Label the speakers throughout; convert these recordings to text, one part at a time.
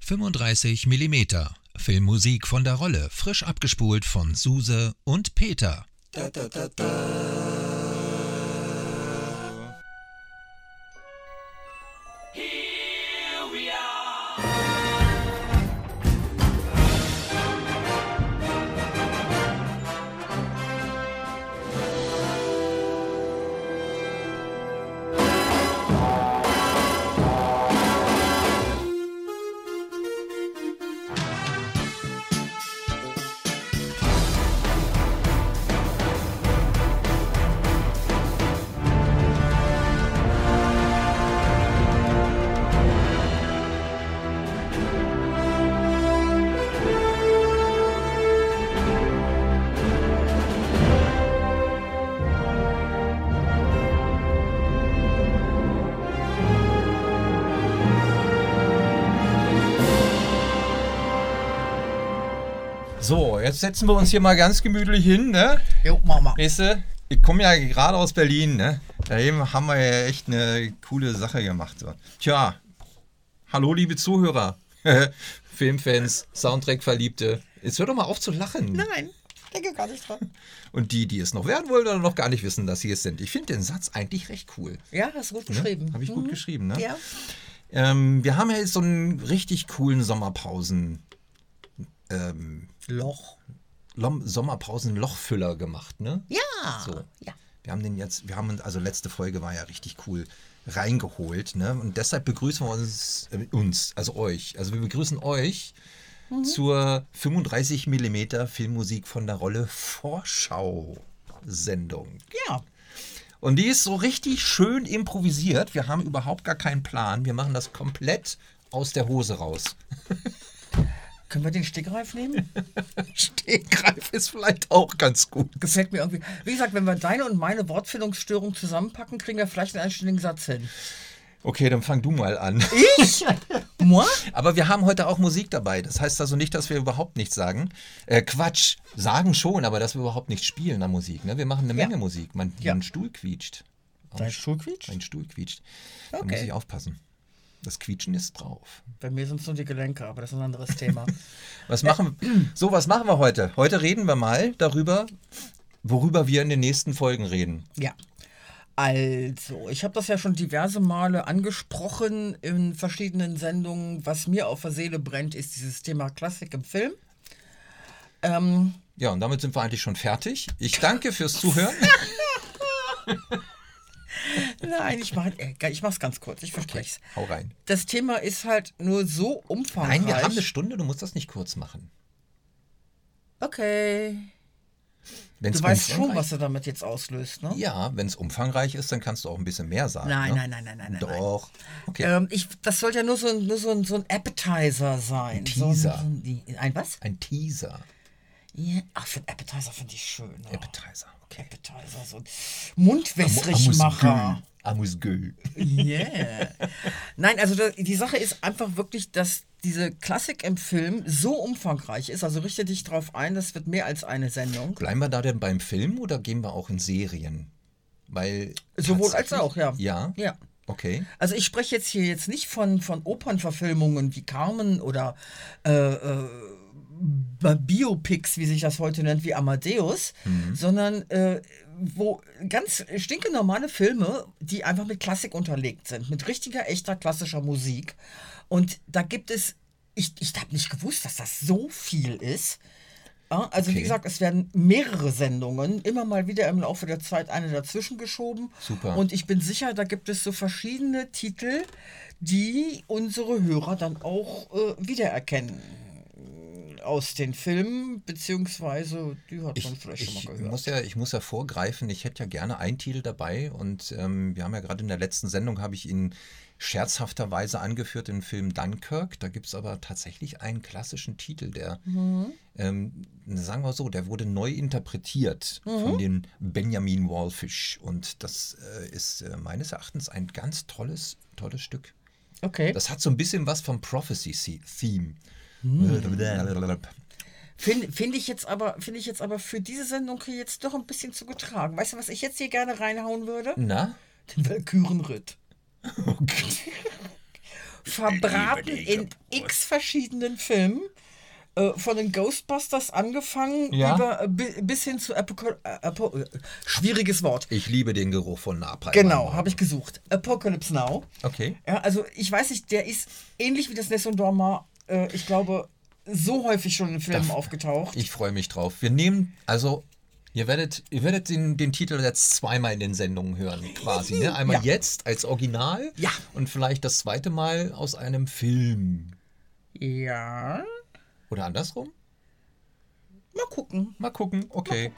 Speaker 1: 35 mm. Filmmusik von der Rolle, frisch abgespult von Suse und Peter.
Speaker 2: So, jetzt setzen wir uns hier mal ganz gemütlich hin, ne?
Speaker 3: Jo, Mama.
Speaker 2: Weißt du, ich komme ja gerade aus Berlin, ne? Da eben haben wir ja echt eine coole Sache gemacht. So. Tja, hallo liebe Zuhörer, Filmfans, Soundtrack-Verliebte. Jetzt hör doch mal auf zu lachen.
Speaker 3: Nein, denke gar nicht dran.
Speaker 2: Und die, die es noch werden wollen oder noch gar nicht wissen, dass sie es sind. Ich finde den Satz eigentlich recht cool.
Speaker 3: Ja, hast du gut
Speaker 2: Ne?
Speaker 3: geschrieben.
Speaker 2: Habe ich gut
Speaker 3: Mhm.
Speaker 2: geschrieben, ne?
Speaker 3: Ja.
Speaker 2: Ähm, wir haben ja jetzt so einen richtig coolen Sommerpausen. Ähm,
Speaker 3: Loch.
Speaker 2: Lom- Sommerpausen-Lochfüller gemacht, ne?
Speaker 3: Ja.
Speaker 2: So.
Speaker 3: Ja.
Speaker 2: Wir haben den jetzt, wir haben uns, also letzte Folge war ja richtig cool reingeholt, ne? Und deshalb begrüßen wir uns, äh, uns, also euch. Also wir begrüßen euch
Speaker 3: Mhm.
Speaker 2: zur 35 mm Filmmusik von der Rolle Vorschau Sendung.
Speaker 3: Ja.
Speaker 2: Und die ist so richtig schön improvisiert. Wir haben überhaupt gar keinen Plan. Wir machen das komplett aus der Hose raus.
Speaker 3: Können wir den Stegreif nehmen?
Speaker 2: Stehgreif ist vielleicht auch ganz gut.
Speaker 3: Gefällt mir irgendwie. Wie gesagt, wenn wir deine und meine Wortfindungsstörung zusammenpacken, kriegen wir vielleicht einen einstündigen Satz hin.
Speaker 2: Okay, dann fang du mal an.
Speaker 3: Ich? Moi?
Speaker 2: Aber wir haben heute auch Musik dabei. Das heißt also nicht, dass wir überhaupt nichts sagen. Äh, Quatsch, sagen schon, aber dass wir überhaupt nicht spielen an Musik. Ne? Wir machen eine
Speaker 3: Ja.
Speaker 2: Menge Musik. Mein,
Speaker 3: Ja.
Speaker 2: mein Stuhl quietscht.
Speaker 3: Dein Stuhl quietscht?
Speaker 2: Mein Stuhl quietscht. Da
Speaker 3: Okay.
Speaker 2: muss ich aufpassen. Das Quietschen ist drauf.
Speaker 3: Bei mir sind es nur die Gelenke, aber das ist ein anderes Thema.
Speaker 2: Was machen So, was machen wir heute? Heute reden wir mal darüber, worüber wir in den nächsten Folgen reden.
Speaker 3: Ja. Also, ich habe das ja schon diverse Male angesprochen in verschiedenen Sendungen. Was mir auf der Seele brennt, ist dieses Thema Klassik im Film. Ähm,
Speaker 2: Ja, und damit sind wir eigentlich schon fertig. Ich danke fürs Zuhören.
Speaker 3: nein, ich mache ich mach's ganz kurz, ich verspreche es.
Speaker 2: Hau rein.
Speaker 3: Das Thema ist halt nur so umfangreich.
Speaker 2: Nein, wir haben eine Stunde, du musst das nicht kurz machen.
Speaker 3: Okay.
Speaker 2: Wenn's
Speaker 3: Du weißt schon,
Speaker 2: umfangreich-
Speaker 3: was du damit jetzt auslöst, ne?
Speaker 2: Ja, wenn es umfangreich ist, dann kannst du auch ein bisschen mehr sagen.
Speaker 3: Nein,
Speaker 2: ne?
Speaker 3: nein, nein, nein, nein, nein,
Speaker 2: Doch. Okay.
Speaker 3: Ähm, ich, das sollte ja nur so, ein- nur so, ein- so ein Appetizer sein. Ein
Speaker 2: Teaser.
Speaker 3: So ein, so ein, ein was?
Speaker 2: Ein Teaser.
Speaker 3: Ja. Ach, für einen Appetizer finde ich schön. Oh.
Speaker 2: Appetizer. Okay.
Speaker 3: Appetizer, so ein Mundwässrigmacher.
Speaker 2: Amuse-Gueule.
Speaker 3: Yeah. Nein, also da- die Sache ist einfach wirklich, dass diese Klassik im Film so umfangreich ist. Also richte dich drauf ein, das wird mehr als eine Sendung.
Speaker 2: Bleiben wir da denn beim Film oder gehen wir auch in Serien? Weil
Speaker 3: Sowohl als
Speaker 2: tatsächlich-
Speaker 3: auch, ja.
Speaker 2: Ja?
Speaker 3: Ja.
Speaker 2: Okay.
Speaker 3: Also ich spreche jetzt hier jetzt nicht von, von Opernverfilmungen wie Carmen oder äh, äh, Bi- Biopics, wie sich das heute nennt, wie Amadeus, sondern äh, wo ganz stinkenormale Filme, die einfach mit Klassik unterlegt sind, mit richtiger, echter klassischer Musik. Und da gibt es, ich, ich habe nicht gewusst, dass das so viel ist. Ja, also
Speaker 2: Okay.
Speaker 3: wie gesagt, es werden mehrere Sendungen, immer mal wieder im Laufe der Zeit eine dazwischen geschoben.
Speaker 2: Super.
Speaker 3: Und ich bin sicher, da gibt es so verschiedene Titel, die unsere Hörer dann auch äh, wiedererkennen äh, aus den Filmen, beziehungsweise die hat man vielleicht schon
Speaker 2: Ich
Speaker 3: mal gehört.
Speaker 2: muss, ja, ich muss ja vorgreifen, ich hätte ja gerne einen Titel dabei und ähm, wir haben ja gerade in der letzten Sendung, habe ich ihn scherzhafterweise angeführt, den Film Dunkirk. Da gibt es aber tatsächlich einen klassischen Titel, der,
Speaker 3: Mhm.
Speaker 2: ähm, sagen wir so, der wurde neu interpretiert
Speaker 3: Mhm.
Speaker 2: von dem Benjamin Wallfish und das äh, ist äh, meines Erachtens ein ganz tolles, tolles Stück.
Speaker 3: Okay.
Speaker 2: Das hat so ein bisschen was vom Prophecy-Theme.
Speaker 3: Hm. Finde find ich, jetzt aber- find ich jetzt aber für diese Sendung hier jetzt doch ein bisschen zu getragen. Weißt du, was ich jetzt hier gerne reinhauen würde?
Speaker 2: Na?
Speaker 3: den Walkürenritt.
Speaker 2: Oh
Speaker 3: Verbraten in x verschiedenen Filmen. äh, Von den Ghostbusters angefangen
Speaker 2: Ja.
Speaker 3: über, äh, bi- bis hin zu Apoco äh, Apo äh, schwieriges Wort.
Speaker 2: Ich liebe den Geruch von Napalm.
Speaker 3: Genau, habe ich gesucht. Apocalypse Now.
Speaker 2: Okay.
Speaker 3: Ja, also ich weiß nicht, der ist ähnlich wie das Nessun Dorma, äh, ich glaube, so häufig schon in Filmen aufgetaucht.
Speaker 2: Ich freue mich drauf. Wir nehmen, also, ihr werdet, ihr werdet den, den Titel jetzt zweimal in den Sendungen hören, quasi. Ne? Einmal
Speaker 3: Ja.
Speaker 2: jetzt als Original
Speaker 3: Ja.
Speaker 2: und vielleicht das zweite Mal aus einem Film.
Speaker 3: ja,
Speaker 2: Oder andersrum?
Speaker 3: mal gucken.
Speaker 2: Mal gucken. Okay.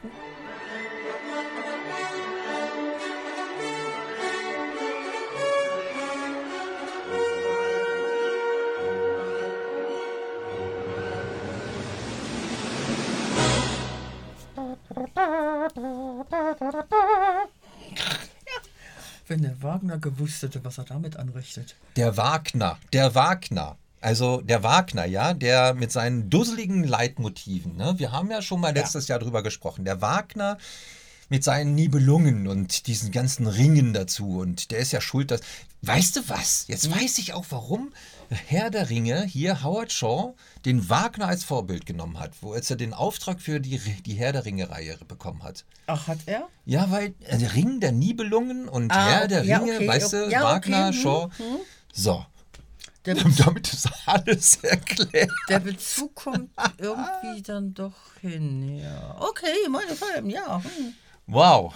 Speaker 3: Wenn der Wagner gewusst hätte, was er damit anrichtet.
Speaker 2: Der Wagner, der Wagner. Also der Wagner, ja, der mit seinen dusseligen Leitmotiven. Ne? Wir haben ja schon mal letztes Jahr drüber gesprochen. Der Wagner mit seinen Nibelungen und diesen ganzen Ringen dazu. Und der ist ja schuld, dass. Weißt du was?
Speaker 3: Mhm.
Speaker 2: Jetzt weiß ich auch, warum Herr der Ringe hier Howard Shaw den Wagner als Vorbild genommen hat, wo als er den Auftrag für die, die Herr der Ringe-Reihe bekommen hat.
Speaker 3: Ach, hat er?
Speaker 2: Ja, weil äh, der Ring der Nibelungen und
Speaker 3: Ah,
Speaker 2: Herr der
Speaker 3: okay, ja,
Speaker 2: Ringe,
Speaker 3: okay,
Speaker 2: weißt du,
Speaker 3: ja, okay,
Speaker 2: Wagner,
Speaker 3: mhm,
Speaker 2: Shaw. So.
Speaker 3: Der,
Speaker 2: Damit ist alles erklärt.
Speaker 3: der Bezug kommt irgendwie dann doch hin, ja. Okay, meine Film, ja. Hm.
Speaker 2: Wow.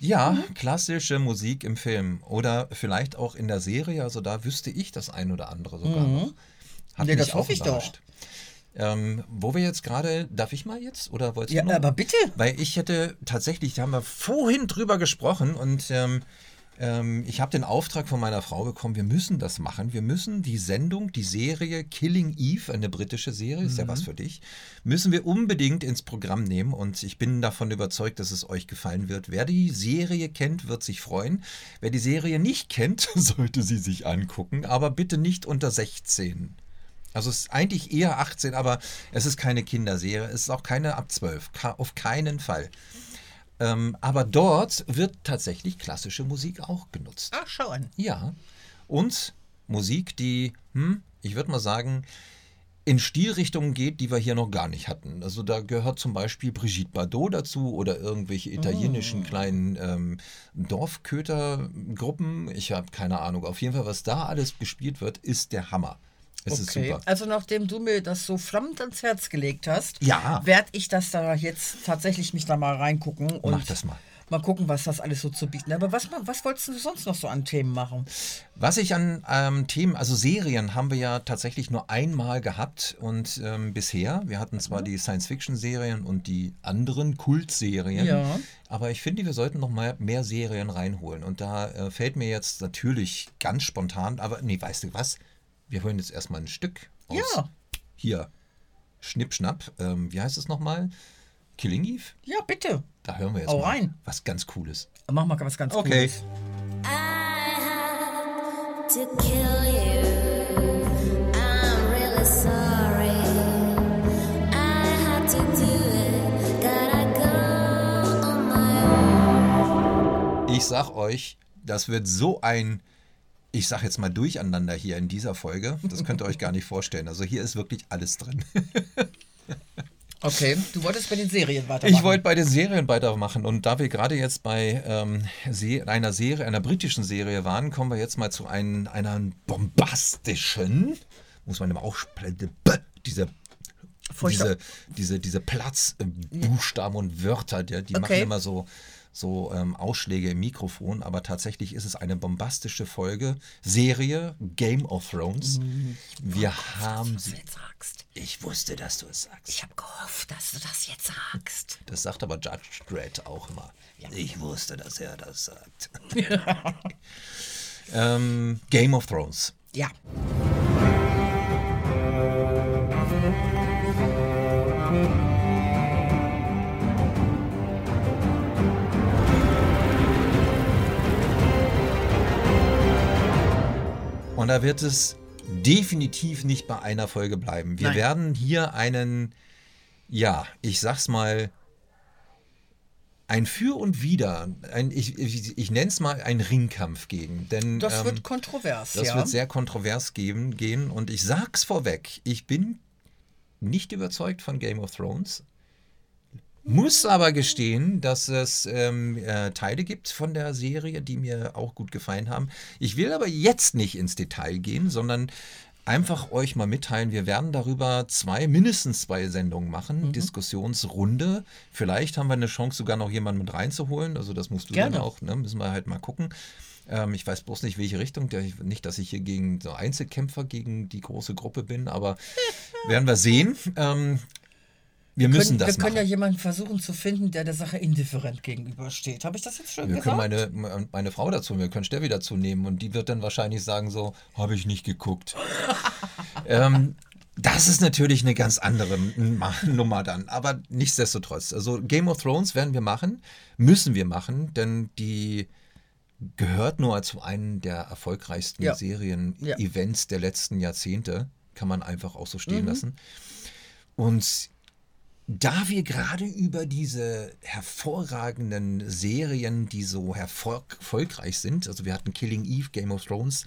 Speaker 2: Ja,
Speaker 3: Mhm.
Speaker 2: klassische Musik im Film oder vielleicht auch in der Serie. Also da wüsste ich das ein oder andere sogar noch. Hat
Speaker 3: Mhm. Nee, das
Speaker 2: auch
Speaker 3: hoffe ich doch.
Speaker 2: überrascht. Ähm, wo wir jetzt gerade, darf ich mal jetzt oder wolltest
Speaker 3: Ja,
Speaker 2: du noch?
Speaker 3: aber bitte.
Speaker 2: Weil ich hätte tatsächlich, da haben wir vorhin drüber gesprochen und ähm, ähm, ich habe den Auftrag von meiner Frau bekommen, wir müssen das machen. Wir müssen die Sendung, die Serie Killing Eve, eine britische Serie, ist ja was für dich, müssen wir unbedingt ins Programm nehmen und ich bin davon überzeugt, dass es euch gefallen wird. Wer die Serie kennt, wird sich freuen. Wer die Serie nicht kennt, sollte sie sich angucken, aber bitte nicht unter 16. Also es ist eigentlich eher 18, aber es ist keine Kinderserie, es ist auch keine ab 12, ka- auf keinen Fall. Ähm, aber dort wird tatsächlich klassische Musik auch genutzt.
Speaker 3: Ach, schau an.
Speaker 2: Ja. Und Musik, die, hm, ich würde mal sagen, in Stilrichtungen geht, die wir hier noch gar nicht hatten. Also da gehört zum Beispiel Brigitte Bardot dazu oder irgendwelche italienischen kleinen ähm, Dorfkötergruppen. Ich habe keine Ahnung. Auf jeden Fall, was da alles gespielt wird, ist der Hammer. Es ist super.
Speaker 3: Also nachdem du mir das so flammend ans Herz gelegt hast,
Speaker 2: Ja.
Speaker 3: werde ich das da jetzt tatsächlich mich da mal reingucken und
Speaker 2: Mach das mal.
Speaker 3: mal gucken, was das alles so zu bieten. hat. Aber was, ma- was wolltest du sonst noch so an Themen machen?
Speaker 2: Was ich an ähm, Themen, also Serien haben wir ja tatsächlich nur einmal gehabt und ähm, bisher. Wir hatten
Speaker 3: Mhm.
Speaker 2: zwar die Science-Fiction-Serien und die anderen Kultserien,
Speaker 3: Ja.
Speaker 2: aber ich finde, wir sollten noch mal mehr Serien reinholen. Und da äh, fällt mir jetzt natürlich ganz spontan, aber nee, weißt du was? Wir holen jetzt erstmal ein Stück aus.
Speaker 3: Ja.
Speaker 2: Hier, Schnippschnapp, ähm, wie heißt es nochmal? Killing Eve?
Speaker 3: Ja, bitte.
Speaker 2: Da hören wir jetzt
Speaker 3: Hau
Speaker 2: mal
Speaker 3: rein.
Speaker 2: was ganz Cooles.
Speaker 3: Mach mal was ganz Cooles.
Speaker 4: I had to kill you. I'm really sorry. I had to do it. Gotta go on my own.
Speaker 2: Ich sag euch, das wird so ein, ich sag jetzt mal durcheinander hier in dieser Folge. Das könnt ihr euch gar nicht vorstellen. Also hier ist wirklich alles drin.
Speaker 3: Okay, du wolltest bei den Serien weitermachen.
Speaker 2: Ich wollte bei den Serien weitermachen und da wir gerade jetzt bei ähm, Se einer Serie, einer britischen Serie waren, kommen wir jetzt mal zu einem, einer bombastischen, muss man immer auch sprechen, diese, diese, diese, diese Platzbuchstaben und Wörter, die, die machen
Speaker 3: Okay.
Speaker 2: immer so, so ähm, Ausschläge im Mikrofon, aber tatsächlich ist es eine bombastische Folge, Serie, Game of Thrones.
Speaker 3: Mhm.
Speaker 2: Wir haben sie.
Speaker 3: jetzt sagst.
Speaker 2: Ich wusste, dass du es sagst.
Speaker 3: Ich habe gehofft, dass du das jetzt sagst.
Speaker 2: Das sagt aber Judge Dredd auch immer. Ich wusste, dass er das sagt. ähm, Game of Thrones.
Speaker 3: Ja.
Speaker 2: Und da wird es definitiv nicht bei einer Folge bleiben. Wir
Speaker 3: Nein.
Speaker 2: werden hier einen, ja, ich sag's mal, ein Für und Wider, ein, ich, ich, ich nenne es mal einen Ringkampf gegen. Denn,
Speaker 3: Das
Speaker 2: ähm,
Speaker 3: wird kontrovers,
Speaker 2: das
Speaker 3: ja.
Speaker 2: wird sehr kontrovers geben, gehen und ich sag's vorweg, ich bin nicht überzeugt von Game of Thrones. Muss aber gestehen, dass es ähm, äh, Teile gibt von der Serie, die mir auch gut gefallen haben. Ich will aber jetzt nicht ins Detail gehen, sondern einfach euch mal mitteilen, wir werden darüber zwei, mindestens zwei Sendungen machen,
Speaker 3: Mhm.
Speaker 2: Diskussionsrunde. Vielleicht haben wir eine Chance, sogar noch jemanden mit reinzuholen. Also das musst du dann
Speaker 3: Gerne.
Speaker 2: auch, ne? müssen wir halt mal gucken. Ähm, ich weiß bloß nicht, welche Richtung. Der, nicht, dass ich hier gegen so Einzelkämpfer gegen die große Gruppe bin, aber werden wir sehen. Ähm, wir
Speaker 3: Können-
Speaker 2: müssen
Speaker 3: wir
Speaker 2: das
Speaker 3: können ja
Speaker 2: machen.
Speaker 3: jemanden versuchen zu finden, der der Sache indifferent gegenübersteht. Habe ich das jetzt schon
Speaker 2: wir können
Speaker 3: gesagt?
Speaker 2: meine, meine Frau dazu, wir können Steffi dazu nehmen und die wird dann wahrscheinlich sagen so, habe ich nicht geguckt. ähm, das ist natürlich eine ganz andere M- Nummer dann, aber nichtsdestotrotz. Also Game of Thrones werden wir machen, müssen wir machen, denn die gehört nur zu einem der erfolgreichsten
Speaker 3: Ja. Ja.
Speaker 2: Serien-Events der letzten Jahrzehnte. Kann man einfach auch so stehen lassen. Und da wir gerade über diese hervorragenden Serien, die so hervor- erfolgreich sind, also wir hatten Killing Eve, Game of Thrones,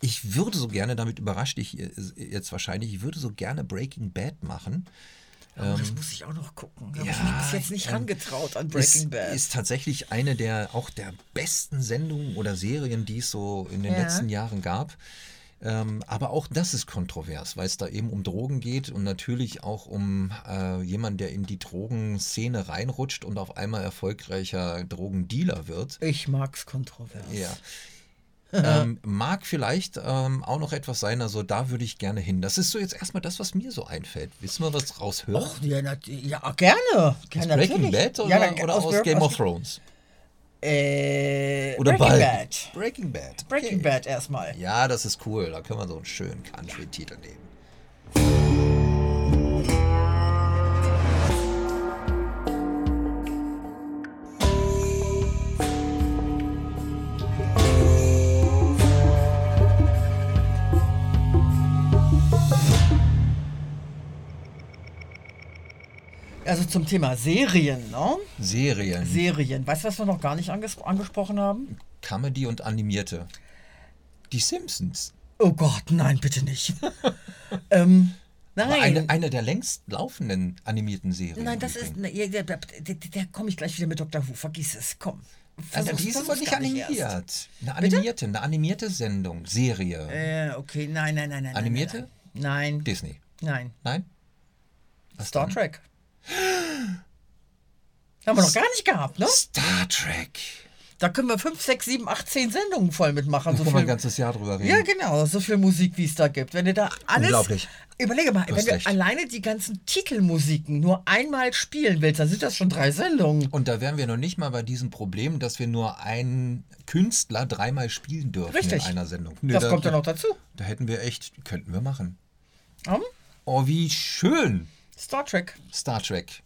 Speaker 2: ich würde so gerne, damit überrascht dich äh, jetzt wahrscheinlich, ich würde so gerne Breaking Bad machen.
Speaker 3: Oh, das muss ich auch noch gucken. Da habe ich
Speaker 2: ähm, ja,
Speaker 3: mich bis jetzt nicht
Speaker 2: ähm,
Speaker 3: rangetraut an Breaking
Speaker 2: ist,
Speaker 3: Bad.
Speaker 2: Ist tatsächlich eine der auch der besten Sendungen oder Serien, die es so in den
Speaker 3: Ja.
Speaker 2: letzten Jahren gab. Ähm, aber auch das ist kontrovers, weil es da eben um Drogen geht und natürlich auch um äh, jemanden, der in die Drogenszene reinrutscht und auf einmal erfolgreicher Drogendealer wird.
Speaker 3: ich mag's kontrovers.
Speaker 2: Ja. ähm, mag vielleicht ähm, auch noch etwas sein, also da würde ich gerne hin. Das ist so jetzt erstmal das, was mir so einfällt. Willst du mal was raushören?
Speaker 3: Och, ja, nat- ja, gerne.
Speaker 2: aus
Speaker 3: gerne
Speaker 2: Breaking
Speaker 3: natürlich.
Speaker 2: Bad oder,
Speaker 3: Ja, na-
Speaker 2: oder aus,
Speaker 3: Bra-
Speaker 2: Game of Thrones?
Speaker 3: Äh,
Speaker 2: Oder
Speaker 3: Breaking
Speaker 2: Ball.
Speaker 3: Bad.
Speaker 2: Breaking Bad.
Speaker 3: Breaking
Speaker 2: Okay.
Speaker 3: Bad erstmal.
Speaker 2: Ja, das ist cool. Da können wir so einen schönen Country-Titel nehmen.
Speaker 3: Also zum Thema Serien, ne?
Speaker 2: Mhm. Serien.
Speaker 3: Serien. Weißt du, was wir noch gar nicht anges angesprochen haben?
Speaker 2: Comedy und animierte. Die Simpsons.
Speaker 3: Oh Gott, nein, bitte nicht. ähm, nein.
Speaker 2: War Eine, eine der längst laufenden animierten Serien.
Speaker 3: Nein, das ist.
Speaker 2: übrigens.
Speaker 3: Ne, ja, der, der, der, der komme ich gleich wieder mit Dr. Who. Vergiss es. Komm.
Speaker 2: Also,
Speaker 3: Versuch's-
Speaker 2: die ist aber
Speaker 3: versuch's
Speaker 2: nicht
Speaker 3: gar
Speaker 2: animiert.
Speaker 3: erst.
Speaker 2: Eine animierte, eine animierte Sendung, Serie.
Speaker 3: Äh, okay, nein, nein, nein, nein.
Speaker 2: Animierte?
Speaker 3: Nein, nein,
Speaker 2: Disney.
Speaker 3: nein.
Speaker 2: Nein?
Speaker 3: nein. Star Trek. Haben wir noch gar nicht gehabt, ne?
Speaker 2: Star Trek.
Speaker 3: Da können wir 5, 6, 7, 8, 10 Sendungen voll mitmachen.
Speaker 2: Da
Speaker 3: So
Speaker 2: können wir ein
Speaker 3: viel,
Speaker 2: ganzes Jahr drüber reden.
Speaker 3: ja, genau, so viel Musik, wie es da gibt. Wenn ihr da alles.
Speaker 2: Unglaublich.
Speaker 3: Überlege mal,
Speaker 2: hast
Speaker 3: wenn du
Speaker 2: recht.
Speaker 3: alleine die ganzen Titelmusiken nur einmal spielen willst, dann sind das schon drei Sendungen.
Speaker 2: Und da wären wir noch nicht mal bei diesem Problem, dass wir nur einen Künstler dreimal spielen dürfen
Speaker 3: Richtig.
Speaker 2: in einer Sendung.
Speaker 3: das
Speaker 2: da,
Speaker 3: kommt ja noch dazu.
Speaker 2: Da hätten wir echt, könnten wir machen.
Speaker 3: Hm?
Speaker 2: Oh, wie schön!
Speaker 3: Star Trek.
Speaker 2: Star Trek.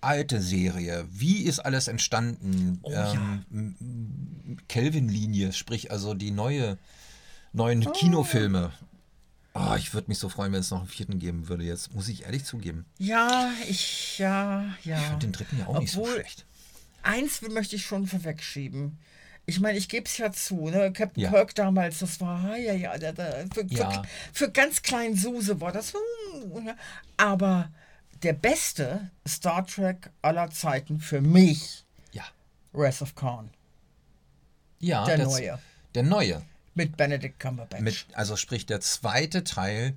Speaker 2: Alte Serie. Wie ist alles entstanden?
Speaker 3: Oh,
Speaker 2: ähm, m- Kelvin-Linie, sprich also die neue, neuen Kinofilme. Oh, ich würde mich so freuen, wenn es noch einen vierten geben würde. Jetzt muss ich ehrlich zugeben.
Speaker 3: Ja, ich, ja, ja.
Speaker 2: Ich fand den dritten ja auch nicht so
Speaker 3: Obwohl,
Speaker 2: schlecht.
Speaker 3: Eins möchte ich schon vorwegschieben. Ich meine, ich gebe es ja zu, ne? Captain
Speaker 2: Ja.
Speaker 3: Kirk damals, das war, ah, ja, ja, da, da, für,
Speaker 2: Ja.
Speaker 3: Für, für ganz kleinen Suse war das, hm, ne? aber der beste Star Trek aller Zeiten für mich,
Speaker 2: Ja.
Speaker 3: Wrath of Khan,
Speaker 2: ja
Speaker 3: Der
Speaker 2: das-
Speaker 3: neue.
Speaker 2: Der neue.
Speaker 3: mit Benedict Cumberbatch.
Speaker 2: Mit, also sprich der zweite Teil.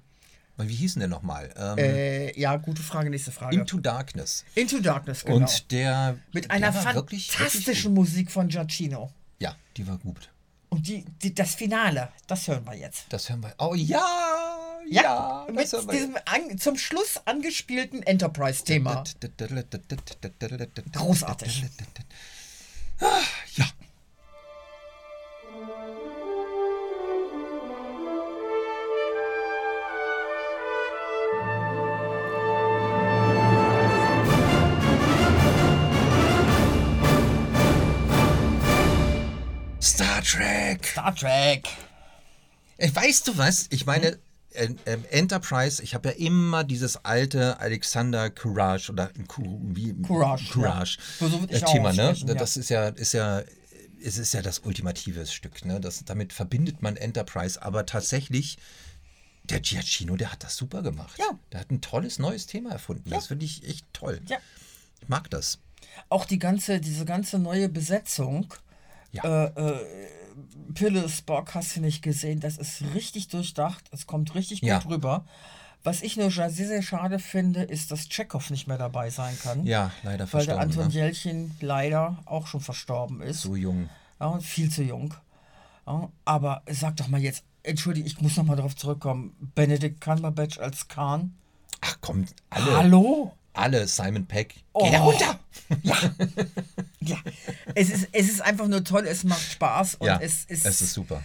Speaker 2: Wie hieß denn der nochmal? Ähm,
Speaker 3: äh, ja, gute Frage, nächste Frage. Into,
Speaker 2: Into Darkness.
Speaker 3: Darkness, genau.
Speaker 2: Und der.
Speaker 3: mit
Speaker 2: der
Speaker 3: einer
Speaker 2: war
Speaker 3: fantastischen
Speaker 2: gut.
Speaker 3: Musik von Giacchino.
Speaker 2: ja, die war gut.
Speaker 3: Und die, die, das Finale, das hören wir jetzt.
Speaker 2: Das hören wir. Oh ja!
Speaker 3: Ja,
Speaker 2: Ja!
Speaker 3: mit diesem an, zum Schluss angespielten Enterprise-Thema. Großartig.
Speaker 2: Ah, Ja. Star Trek.
Speaker 3: Star Trek. Mhm.
Speaker 2: Ey, Weißt du Äh, was? Ich meine, äh, äh, Enterprise, ich habe ja immer dieses alte Alexander Courage oder Cou- wie,
Speaker 3: Courage,
Speaker 2: Courage
Speaker 3: ja. So würd ich
Speaker 2: äh,
Speaker 3: auch
Speaker 2: Thema, ne?
Speaker 3: aussprechen, ja.
Speaker 2: Das ist ja, ist ja, es ist ja das ultimative Stück, ne? Das, damit verbindet man Enterprise, aber tatsächlich. Der Giacchino, der hat das super gemacht.
Speaker 3: Ja.
Speaker 2: Der hat ein tolles neues Thema erfunden. Das finde ich echt toll.
Speaker 3: Ja.
Speaker 2: Ich mag das.
Speaker 3: Auch die ganze, diese ganze neue Besetzung.
Speaker 2: Ja.
Speaker 3: Äh, äh, Pille, Spock, hast du nicht gesehen. Das ist richtig durchdacht. Es kommt richtig gut
Speaker 2: Ja.
Speaker 3: rüber. Was ich nur sehr, sehr schade finde, ist, dass Tschechow nicht mehr dabei sein kann.
Speaker 2: ja, leider
Speaker 3: Weil der
Speaker 2: verstorben.
Speaker 3: Anton
Speaker 2: Ne?
Speaker 3: Jelchin leider auch schon verstorben ist.
Speaker 2: So jung.
Speaker 3: Ja, und viel zu jung. Ja, aber sag doch mal jetzt, entschuldige, ich muss noch mal darauf zurückkommen. Benedict Cumberbatch als Khan.
Speaker 2: Ach komm, alle.
Speaker 3: Hallo?
Speaker 2: Alle Simon Peck.
Speaker 3: Oh.
Speaker 2: Geh da runter!
Speaker 3: Ja, es ist, es ist einfach nur toll, es macht Spaß und
Speaker 2: Ja,
Speaker 3: es ist.
Speaker 2: es ist super.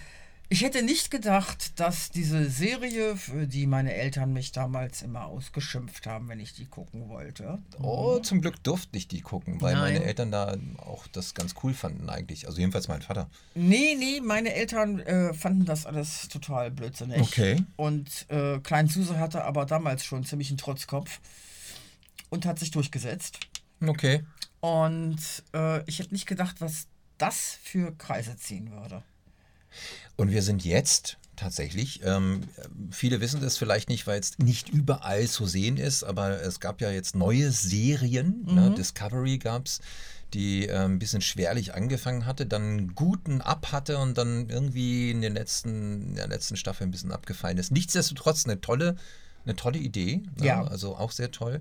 Speaker 3: ich hätte nicht gedacht, dass diese Serie, für die meine Eltern mich damals immer ausgeschimpft haben, wenn ich die gucken wollte.
Speaker 2: Oh, zum Glück durfte ich die gucken, weil meine
Speaker 3: Mhm. Nein.
Speaker 2: Eltern da auch das ganz cool fanden eigentlich. Also jedenfalls mein Vater.
Speaker 3: Nee, nee, meine Eltern äh, fanden das alles total blödsinnig.
Speaker 2: Okay.
Speaker 3: Und äh, Klein Suse hatte aber damals schon ziemlich einen Trotzkopf und hat sich durchgesetzt.
Speaker 2: Okay.
Speaker 3: Und äh, ich hätte nicht gedacht, was das für Kreise ziehen würde.
Speaker 2: Und wir sind jetzt tatsächlich, ähm, viele wissen das vielleicht nicht, weil es nicht überall zu sehen ist, aber es gab ja jetzt neue Serien.
Speaker 3: Mhm.
Speaker 2: Ne? Discovery gab es, die äh, ein bisschen schwerlich angefangen hatte, dann einen guten Ab hatte und dann irgendwie in, den letzten, in der letzten Staffel ein bisschen abgefallen ist. Nichtsdestotrotz eine tolle, eine tolle Idee. Ne?
Speaker 3: Ja.
Speaker 2: Also auch sehr toll.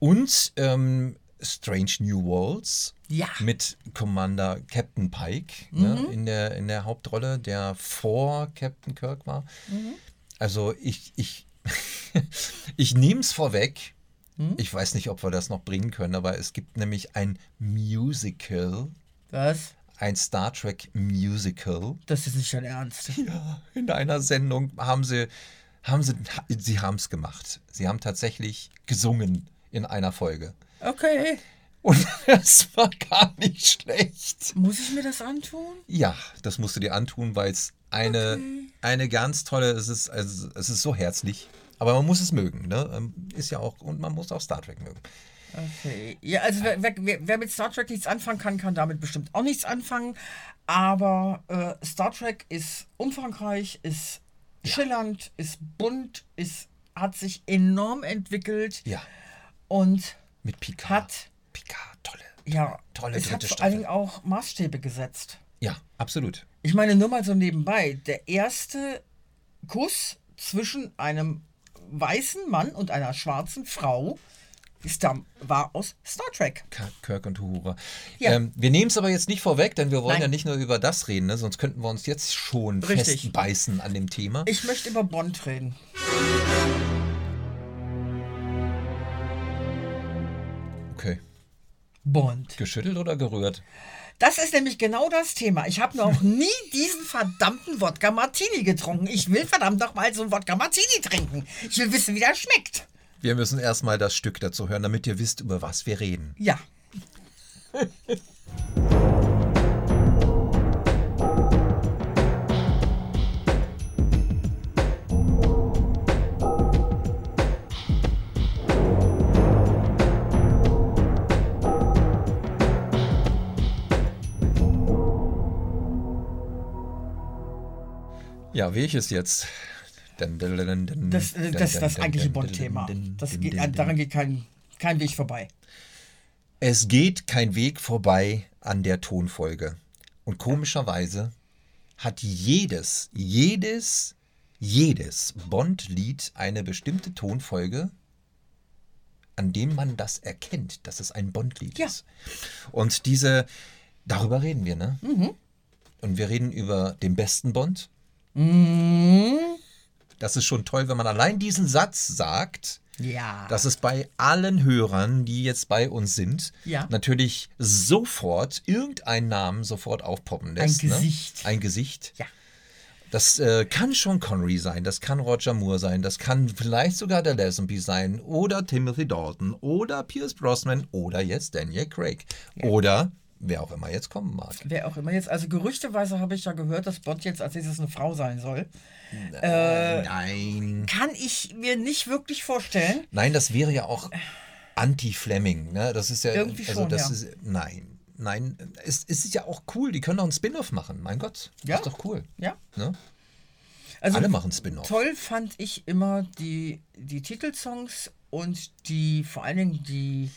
Speaker 2: Und ähm, Strange New Worlds
Speaker 3: Ja.
Speaker 2: mit Commander Captain Pike ne, in, der, in der Hauptrolle, der vor Captain Kirk war. Also ich, ich, ich nehme es vorweg. Ich weiß nicht, ob wir das noch bringen können, aber es gibt nämlich ein Musical,
Speaker 3: Was?
Speaker 2: ein Star Trek Musical.
Speaker 3: Das ist nicht dein Ernst.
Speaker 2: Ja, in einer Sendung haben sie, haben sie, sie haben es gemacht. Sie haben tatsächlich gesungen in einer Folge.
Speaker 3: Okay.
Speaker 2: Und das war gar nicht schlecht.
Speaker 3: Muss ich mir das antun?
Speaker 2: Ja, das musst du dir antun, weil es eine, eine ganz tolle, es ist, also, es ist so herzlich. Aber man muss es mögen, ne? Ähm, Ist ja auch, und man muss auch Star Trek mögen.
Speaker 3: Okay. Ja, also wer, wer- wer, wer mit Star Trek nichts anfangen kann, kann damit bestimmt auch nichts anfangen. Aber äh, Star Trek ist umfangreich, ist schillernd, ist bunt, ist, hat sich enorm entwickelt
Speaker 2: Ja,
Speaker 3: und
Speaker 2: mit Picard.
Speaker 3: Hat-
Speaker 2: Picard, tolle.
Speaker 3: ja,
Speaker 2: Tolle
Speaker 3: es hat
Speaker 2: dritte
Speaker 3: vor allen
Speaker 2: Staffel.
Speaker 3: Dingen auch Maßstäbe gesetzt.
Speaker 2: Ja, absolut.
Speaker 3: Ich meine, nur mal so nebenbei, der erste Kuss zwischen einem weißen Mann und einer schwarzen Frau ist dann, war aus Star Trek.
Speaker 2: Ka- Kirk und Uhura.
Speaker 3: Ja.
Speaker 2: Ähm, wir nehmen es aber jetzt nicht vorweg, denn wir wollen
Speaker 3: Nein.
Speaker 2: ja nicht nur über das reden, ne? sonst könnten wir uns jetzt schon
Speaker 3: Richtig.
Speaker 2: festbeißen an dem Thema.
Speaker 3: Ich möchte über Bond reden.
Speaker 2: Okay.
Speaker 3: Bond.
Speaker 2: Geschüttelt oder gerührt?
Speaker 3: Das ist nämlich genau das Thema. Ich habe noch nie diesen verdammten Wodka Martini getrunken. Ich will verdammt noch mal so einen Wodka Martini trinken. Ich will wissen, wie der schmeckt.
Speaker 2: Wir müssen erstmal das Stück dazu hören, damit ihr wisst, über was wir reden.
Speaker 3: Ja.
Speaker 2: Ja, wie ich es jetzt. Dun, dun, dun, dun,
Speaker 3: Das,
Speaker 2: dun,
Speaker 3: äh,
Speaker 2: dun,
Speaker 3: das ist das
Speaker 2: dun,
Speaker 3: eigentliche
Speaker 2: dun,
Speaker 3: Bond-Thema.
Speaker 2: Hm. dun,
Speaker 3: Das
Speaker 2: dun,
Speaker 3: geht-
Speaker 2: dun,
Speaker 3: an-
Speaker 2: dun.
Speaker 3: Daran geht kein, kein Weg vorbei.
Speaker 2: Es geht kein Weg vorbei an der Tonfolge. Und komischerweise hat jedes, jedes, jedes Bond-Lied eine bestimmte Tonfolge, an dem man das erkennt, dass es ein Bond-Lied
Speaker 3: Ja.
Speaker 2: ist. Und diese, darüber reden wir, ne? Und wir reden über den besten Bond. Das ist schon toll, wenn man allein diesen Satz sagt.
Speaker 3: Ja.
Speaker 2: dass es bei allen Hörern, die jetzt bei uns sind,
Speaker 3: Ja.
Speaker 2: natürlich sofort irgendeinen Namen sofort aufpoppen lässt.
Speaker 3: Ein Gesicht.
Speaker 2: Ne? Ein Gesicht.
Speaker 3: Ja.
Speaker 2: Das äh, kann Sean Connery sein, das kann Roger Moore sein, das kann vielleicht sogar der Lazenby sein oder Timothy Dalton oder Pierce Brosnan oder jetzt Daniel Craig oder wer auch immer jetzt kommen mag.
Speaker 3: Wer auch immer jetzt. Also gerüchteweise habe ich ja gehört, dass Bond jetzt als nächstes eine Frau sein soll. Äh,
Speaker 2: Nein.
Speaker 3: Kann ich mir nicht wirklich vorstellen.
Speaker 2: Nein, das wäre ja auch anti-Fleming. Ne? Das ist ja
Speaker 3: Irgendwie
Speaker 2: also
Speaker 3: schon,
Speaker 2: das
Speaker 3: ja.
Speaker 2: ist nein, nein, es, es ist ja auch cool. Die können auch einen Spin-off machen. Mein Gott,
Speaker 3: Ja.
Speaker 2: ist doch cool.
Speaker 3: Ja.
Speaker 2: Ne?
Speaker 3: Also
Speaker 2: Alle machen Spin-off.
Speaker 3: toll fand ich immer die, die Titelsongs und die vor allen Dingen die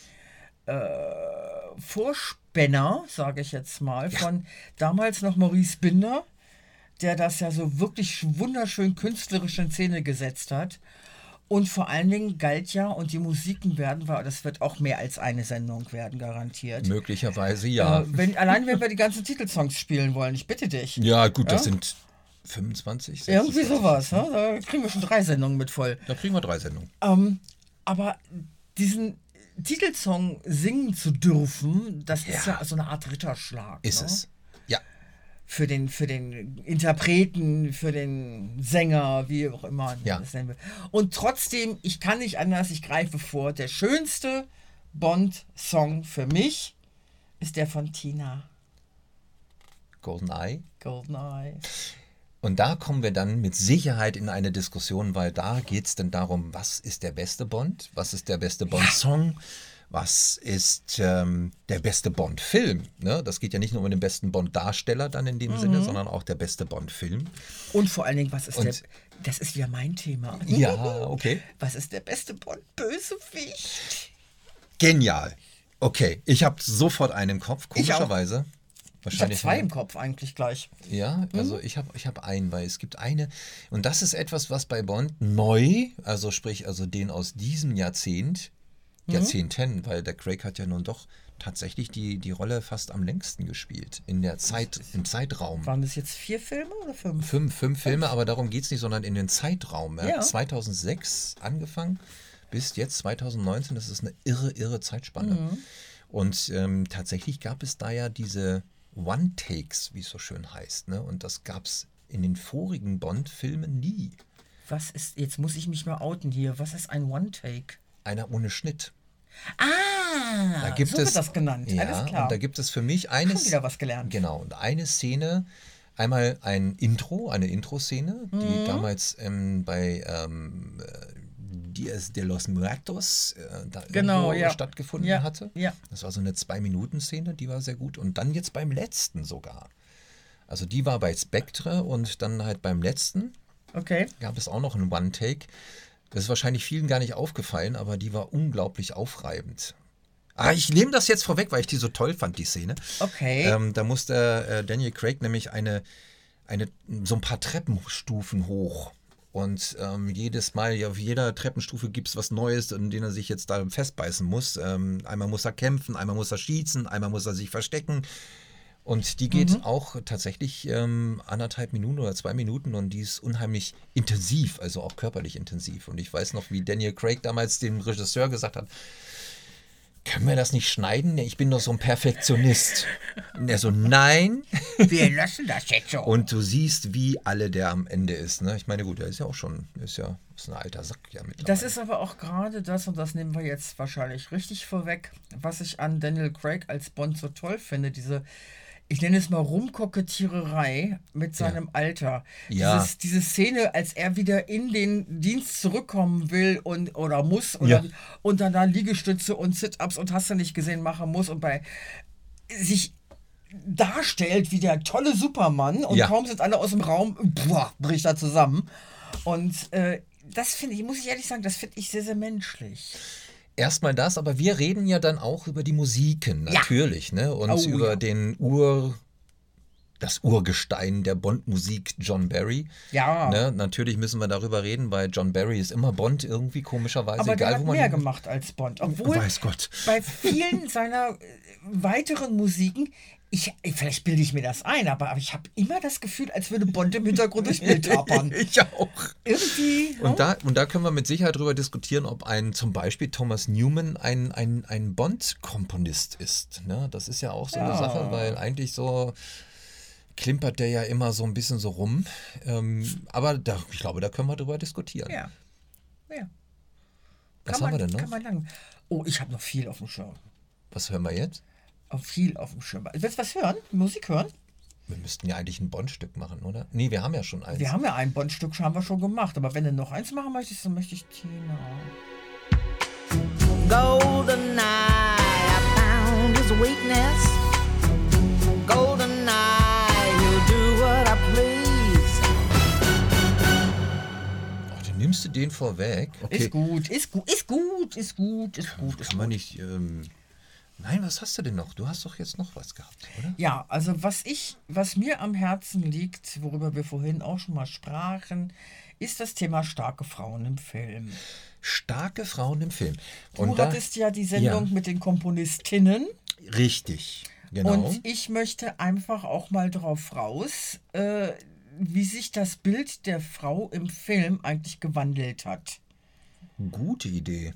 Speaker 3: äh, Vorspänner, sage ich jetzt mal, von damals noch Maurice Binder, der das ja so wirklich wunderschön künstlerisch in Szene gesetzt hat. Und vor allen Dingen galt ja, und die Musiken werden, wir- das wird auch mehr als eine Sendung werden, garantiert.
Speaker 2: Möglicherweise ja.
Speaker 3: Äh, wenn, allein wenn wir die ganzen Titelsongs spielen wollen, ich bitte dich.
Speaker 2: ja, gut, das sind 25, 26.
Speaker 3: Irgendwie sowas, ne? da kriegen wir schon drei Sendungen mit voll.
Speaker 2: Da kriegen wir drei Sendungen.
Speaker 3: Ähm, aber diesen Titelsong singen zu dürfen, das ist
Speaker 2: Ja.
Speaker 3: ja so eine Art Ritterschlag.
Speaker 2: Ist
Speaker 3: ne?
Speaker 2: es. Ja.
Speaker 3: Für den, für den Interpreten, für den Sänger, wie auch immer man
Speaker 2: Ja.
Speaker 3: das nennen will. Und trotzdem, ich kann nicht anders, ich greife vor, der schönste Bond-Song für mich ist der von Tina
Speaker 2: GoldenEye.
Speaker 3: Goldeneye.
Speaker 2: Und da kommen wir dann mit Sicherheit in eine Diskussion, weil da geht es dann darum, was ist der beste Bond, was ist der beste Bond-Song, was ist ähm, der beste Bond-Film. Ne? Das geht ja nicht nur um den besten Bond-Darsteller dann in dem
Speaker 3: Mhm.
Speaker 2: Sinne, sondern auch der beste Bond-Film.
Speaker 3: Und vor allen Dingen, was ist
Speaker 2: Und-
Speaker 3: der. Das ist wieder mein Thema.
Speaker 2: Ja, okay.
Speaker 3: Was ist der beste Bond-Bösewicht?
Speaker 2: Genial. Okay, ich habe sofort einen im Kopf,
Speaker 3: Ich auch.
Speaker 2: komischerweise.
Speaker 3: Ich habe
Speaker 2: Wahrscheinlich
Speaker 3: zwei im Kopf eigentlich gleich.
Speaker 2: Ja, also ich habe ich hab einen, weil es gibt eine, und das ist etwas, was bei Bond neu, also sprich, also den aus diesem Jahrzehnt, Jahrzehnten, weil der Craig hat ja nun doch tatsächlich die, die Rolle fast am längsten gespielt, in der Zeit, im Zeitraum.
Speaker 3: Waren das jetzt vier Filme oder fünf?
Speaker 2: Fünf, fünf Filme, aber darum geht es nicht, sondern in den Zeitraum. Er
Speaker 3: Ja.
Speaker 2: hat 2006 angefangen bis jetzt 2019. Das ist eine irre, irre Zeitspanne. Und ähm, tatsächlich gab es da ja diese One-Takes, wie es so schön heißt. Ne? Und das gab es in den vorigen Bond-Filmen nie.
Speaker 3: Was ist, jetzt muss ich mich mal outen hier, was ist ein One-Take?
Speaker 2: Einer ohne Schnitt.
Speaker 3: Ah,
Speaker 2: Da gibt
Speaker 3: so
Speaker 2: es,
Speaker 3: wird das genannt,
Speaker 2: Ja,
Speaker 3: alles klar.
Speaker 2: Und da gibt es für mich eine,
Speaker 3: Schon wieder was gelernt.
Speaker 2: Genau, und eine Szene, einmal ein Intro, eine Intro-Szene,
Speaker 3: Mhm.
Speaker 2: die damals ähm, bei ähm, äh, Dias de los Muertos äh, da
Speaker 3: Genau,
Speaker 2: irgendwo
Speaker 3: ja.
Speaker 2: stattgefunden
Speaker 3: Ja,
Speaker 2: hatte.
Speaker 3: ja.
Speaker 2: Das war so eine Zwei-Minuten-Szene, die war sehr gut. Und dann jetzt beim letzten sogar. Also die war bei Spectre und dann halt beim letzten
Speaker 3: okay,
Speaker 2: gab es auch noch einen One-Take. Das ist wahrscheinlich vielen gar nicht aufgefallen, aber die war unglaublich aufreibend. Ah, ich nehme das jetzt vorweg, weil ich die so toll fand, die Szene.
Speaker 3: okay.
Speaker 2: Ähm, da musste äh, Daniel Craig nämlich eine, eine, so ein paar Treppenstufen hoch. Und ähm, jedes Mal, ja, auf jeder Treppenstufe gibt es was Neues, in dem er sich jetzt da festbeißen muss. Ähm, einmal muss er kämpfen, einmal muss er schießen, einmal muss er sich verstecken. Und die geht auch tatsächlich ähm, anderthalb Minuten oder zwei Minuten und die ist unheimlich intensiv, also auch körperlich intensiv. Und ich weiß noch, wie Daniel Craig damals dem Regisseur gesagt hat, können wir das nicht schneiden? Ich bin doch so ein Perfektionist. Und er so, nein.
Speaker 3: Wir lassen das jetzt so.
Speaker 2: Und du siehst, wie alle der am Ende ist. Ne? Ich meine, gut, er ist ja auch schon, ist ja ist ein alter Sack ja mittlerweile.
Speaker 3: Das ist aber auch gerade das, und das nehmen wir jetzt wahrscheinlich richtig vorweg, was ich an Daniel Craig als Bond so toll finde, diese, ich nenne es mal Rumkokettiererei mit seinem Alter.
Speaker 2: Ja.
Speaker 3: Dieses, diese Szene, als er wieder in den Dienst zurückkommen will und oder muss und,
Speaker 2: Ja.
Speaker 3: dann, und dann da Liegestütze und Sit-Ups und hast du nicht gesehen machen muss und bei sich darstellt wie der tolle Supermann und
Speaker 2: Ja.
Speaker 3: kaum sind alle aus dem Raum, boah, bricht er zusammen. Und äh, das finde ich, muss ich ehrlich sagen, das finde ich sehr, sehr menschlich.
Speaker 2: Erstmal das, aber wir reden ja dann auch über die Musiken, natürlich, ne? Und
Speaker 3: Oh,
Speaker 2: über
Speaker 3: ja.
Speaker 2: den Ur. Das Urgestein der Bond-Musik, John Barry.
Speaker 3: Ja.
Speaker 2: Ne? Natürlich müssen wir darüber reden, weil John Barry ist immer Bond irgendwie, komischerweise,
Speaker 3: Aber der
Speaker 2: egal
Speaker 3: hat
Speaker 2: wo man.
Speaker 3: mehr
Speaker 2: ihn-
Speaker 3: gemacht als Bond. Obwohl
Speaker 2: Weiß Gott.
Speaker 3: bei vielen seiner äh, weiteren Musiken, ich, vielleicht bilde ich mir das ein, aber, aber ich habe immer das Gefühl, als würde Bond im Hintergrund durchs Bild tapern.
Speaker 2: Ich auch.
Speaker 3: Irgendwie. ne?
Speaker 2: Und da, und da können wir mit Sicherheit darüber diskutieren, ob ein zum Beispiel Thomas Newman ein, ein, ein Bond-Komponist ist. Ne? Das ist ja auch so eine Sache, weil eigentlich so klimpert der ja immer so ein bisschen so rum. Ähm, aber da, ich glaube, da können wir drüber diskutieren.
Speaker 3: ja. ja.
Speaker 2: Was haben
Speaker 3: Kann man,
Speaker 2: wir denn
Speaker 3: Kann
Speaker 2: noch?
Speaker 3: man lang. Oh, ich habe noch viel auf dem Schirm.
Speaker 2: Was hören wir jetzt?
Speaker 3: Auf viel auf dem Schirm. Willst du was hören? Musik hören?
Speaker 2: Wir müssten ja eigentlich ein Bonn-Stück machen, oder? Nee, wir haben ja schon eins.
Speaker 3: Wir haben ja ein Bonn-Stück, haben wir schon gemacht. Aber wenn du noch eins machen möchtest, dann möchte ich Tina.
Speaker 5: Golden eye, I found his weakness. Golden eye, he'll do what I please.
Speaker 2: Ach, dann nimmst du den vorweg.
Speaker 3: Ist gut, ist gut, ist gut, ist gut, ist gut. Ist
Speaker 2: Kann man nicht. Ähm, nein, was hast du denn noch? Du hast doch jetzt noch was gehabt, oder?
Speaker 3: Ja, also was ich, was mir am Herzen liegt, worüber wir vorhin auch schon mal sprachen, ist das Thema starke Frauen im Film.
Speaker 2: Starke Frauen im Film.
Speaker 3: Du hattest ja die Sendung mit den Komponistinnen
Speaker 2: Richtig, genau.
Speaker 3: und ich möchte einfach auch mal drauf raus, äh, wie sich das Bild der Frau im Film eigentlich gewandelt hat.
Speaker 2: Gute Idee.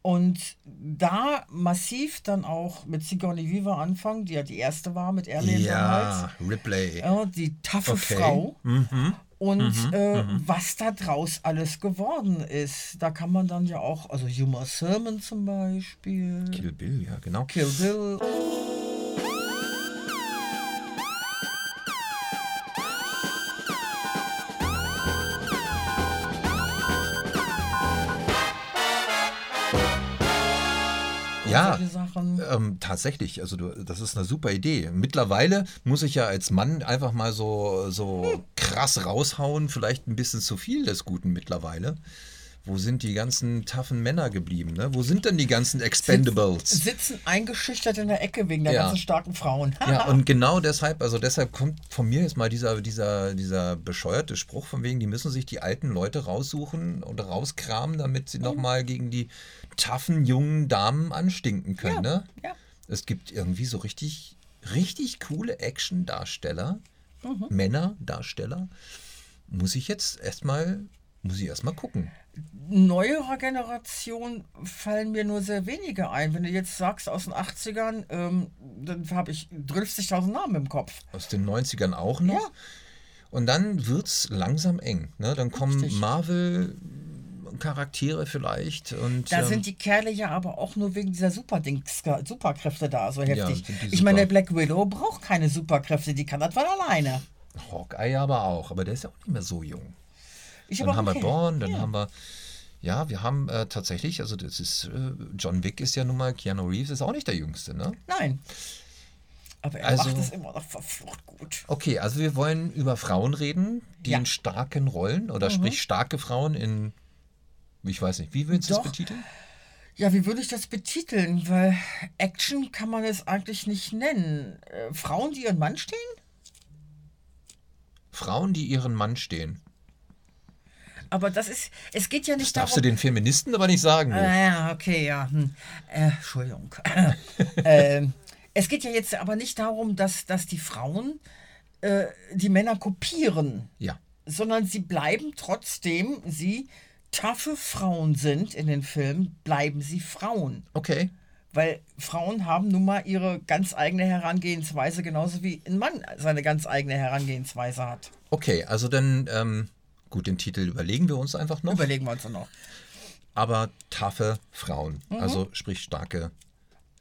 Speaker 3: Und da massiv dann auch mit Sigourney Weaver anfangen, die ja die erste war Ähm, mit Erleben damals.
Speaker 2: Ja, Ripley.
Speaker 3: Ja, die taffe
Speaker 2: Okay. Mhm.
Speaker 3: Frau. Und äh, was da draus alles geworden ist, da kann man dann ja auch, also Humor Sermon zum Beispiel, Kill,
Speaker 2: Kill Bill, ja, genau.
Speaker 3: Bill.
Speaker 2: Ja,
Speaker 3: solche Sachen.
Speaker 2: ähm, tatsächlich. Also du, das ist eine super Idee. Mittlerweile muss ich ja als Mann einfach mal so, so krass raushauen. Vielleicht ein bisschen zu viel des Guten mittlerweile. Wo sind die ganzen taffen Männer geblieben? Ne? Wo sind denn die ganzen Expendables?
Speaker 3: Sitzen eingeschüchtert in der Ecke wegen der
Speaker 2: Ja.
Speaker 3: ganzen starken Frauen.
Speaker 2: Ja, und genau deshalb, also deshalb kommt von mir jetzt mal dieser, dieser, dieser bescheuerte Spruch von wegen, die müssen sich die alten Leute raussuchen oder rauskramen, damit
Speaker 3: Mhm.
Speaker 2: sie nochmal gegen die taffen jungen Damen anstinken können. ne?
Speaker 3: ja.
Speaker 2: Es gibt irgendwie so richtig, richtig coole Action-Darsteller,
Speaker 3: Mhm.
Speaker 2: Männerdarsteller. Muss ich jetzt erstmal, muss ich erstmal gucken.
Speaker 3: neuerer Generation fallen mir nur sehr wenige ein. Wenn du jetzt sagst aus den 80ern, ähm, dann habe ich 30.000 Namen im Kopf.
Speaker 2: Aus den 90ern auch noch.
Speaker 3: Ja.
Speaker 2: Und dann wird es langsam eng. Ne? Dann kommen Marvel-Charaktere vielleicht. Und,
Speaker 3: Da
Speaker 2: ähm,
Speaker 3: sind die Kerle ja aber auch nur wegen dieser Superdings Superkräfte da so heftig.
Speaker 2: sind die
Speaker 3: ich meine, der
Speaker 2: super.
Speaker 3: Black Widow braucht keine Superkräfte, die kann das von alleine.
Speaker 2: Hawkeye aber auch, aber der ist ja auch nicht mehr so jung.
Speaker 3: Ich
Speaker 2: Dann
Speaker 3: aber
Speaker 2: haben wir
Speaker 3: okay.
Speaker 2: Born, dann haben wir. Ja, wir haben äh, tatsächlich, also das ist, äh, John Wick ist ja nun mal, Keanu Reeves ist auch nicht der Jüngste, ne?
Speaker 3: Nein. Aber er
Speaker 2: Also-
Speaker 3: macht es immer noch verflucht gut.
Speaker 2: Okay, also wir wollen über Frauen reden, die
Speaker 3: Ja. Mhm.
Speaker 2: in starken Rollen oder sprich starke Frauen in, ich weiß nicht, wie willst du das
Speaker 3: Doch.
Speaker 2: betiteln?
Speaker 3: Ja, wie würde ich das betiteln? Weil Action kann man es eigentlich nicht nennen. Äh, Frauen, die ihren Mann stehen?
Speaker 2: Frauen, die ihren Mann stehen.
Speaker 3: Aber das ist, es geht ja
Speaker 2: Das
Speaker 3: nicht
Speaker 2: darfst du
Speaker 3: darum.
Speaker 2: den Feministen aber nicht sagen. du.
Speaker 3: Ah, ja, okay, ja. Hm. Äh, Entschuldigung. ähm, es geht ja jetzt aber nicht darum, dass, dass die Frauen äh, die Männer kopieren,
Speaker 2: Ja,
Speaker 3: sondern sie bleiben trotzdem, sie taffe Frauen sind in den Filmen, bleiben sie Frauen.
Speaker 2: okay.
Speaker 3: Weil Frauen haben nun mal ihre ganz eigene Herangehensweise, genauso wie ein Mann seine ganz eigene Herangehensweise hat.
Speaker 2: Okay, also dann, ähm, gut, den Titel überlegen wir uns einfach noch.
Speaker 3: Überlegen wir uns dann noch.
Speaker 2: aber taffe Frauen.
Speaker 3: Mhm.
Speaker 2: Also sprich starke,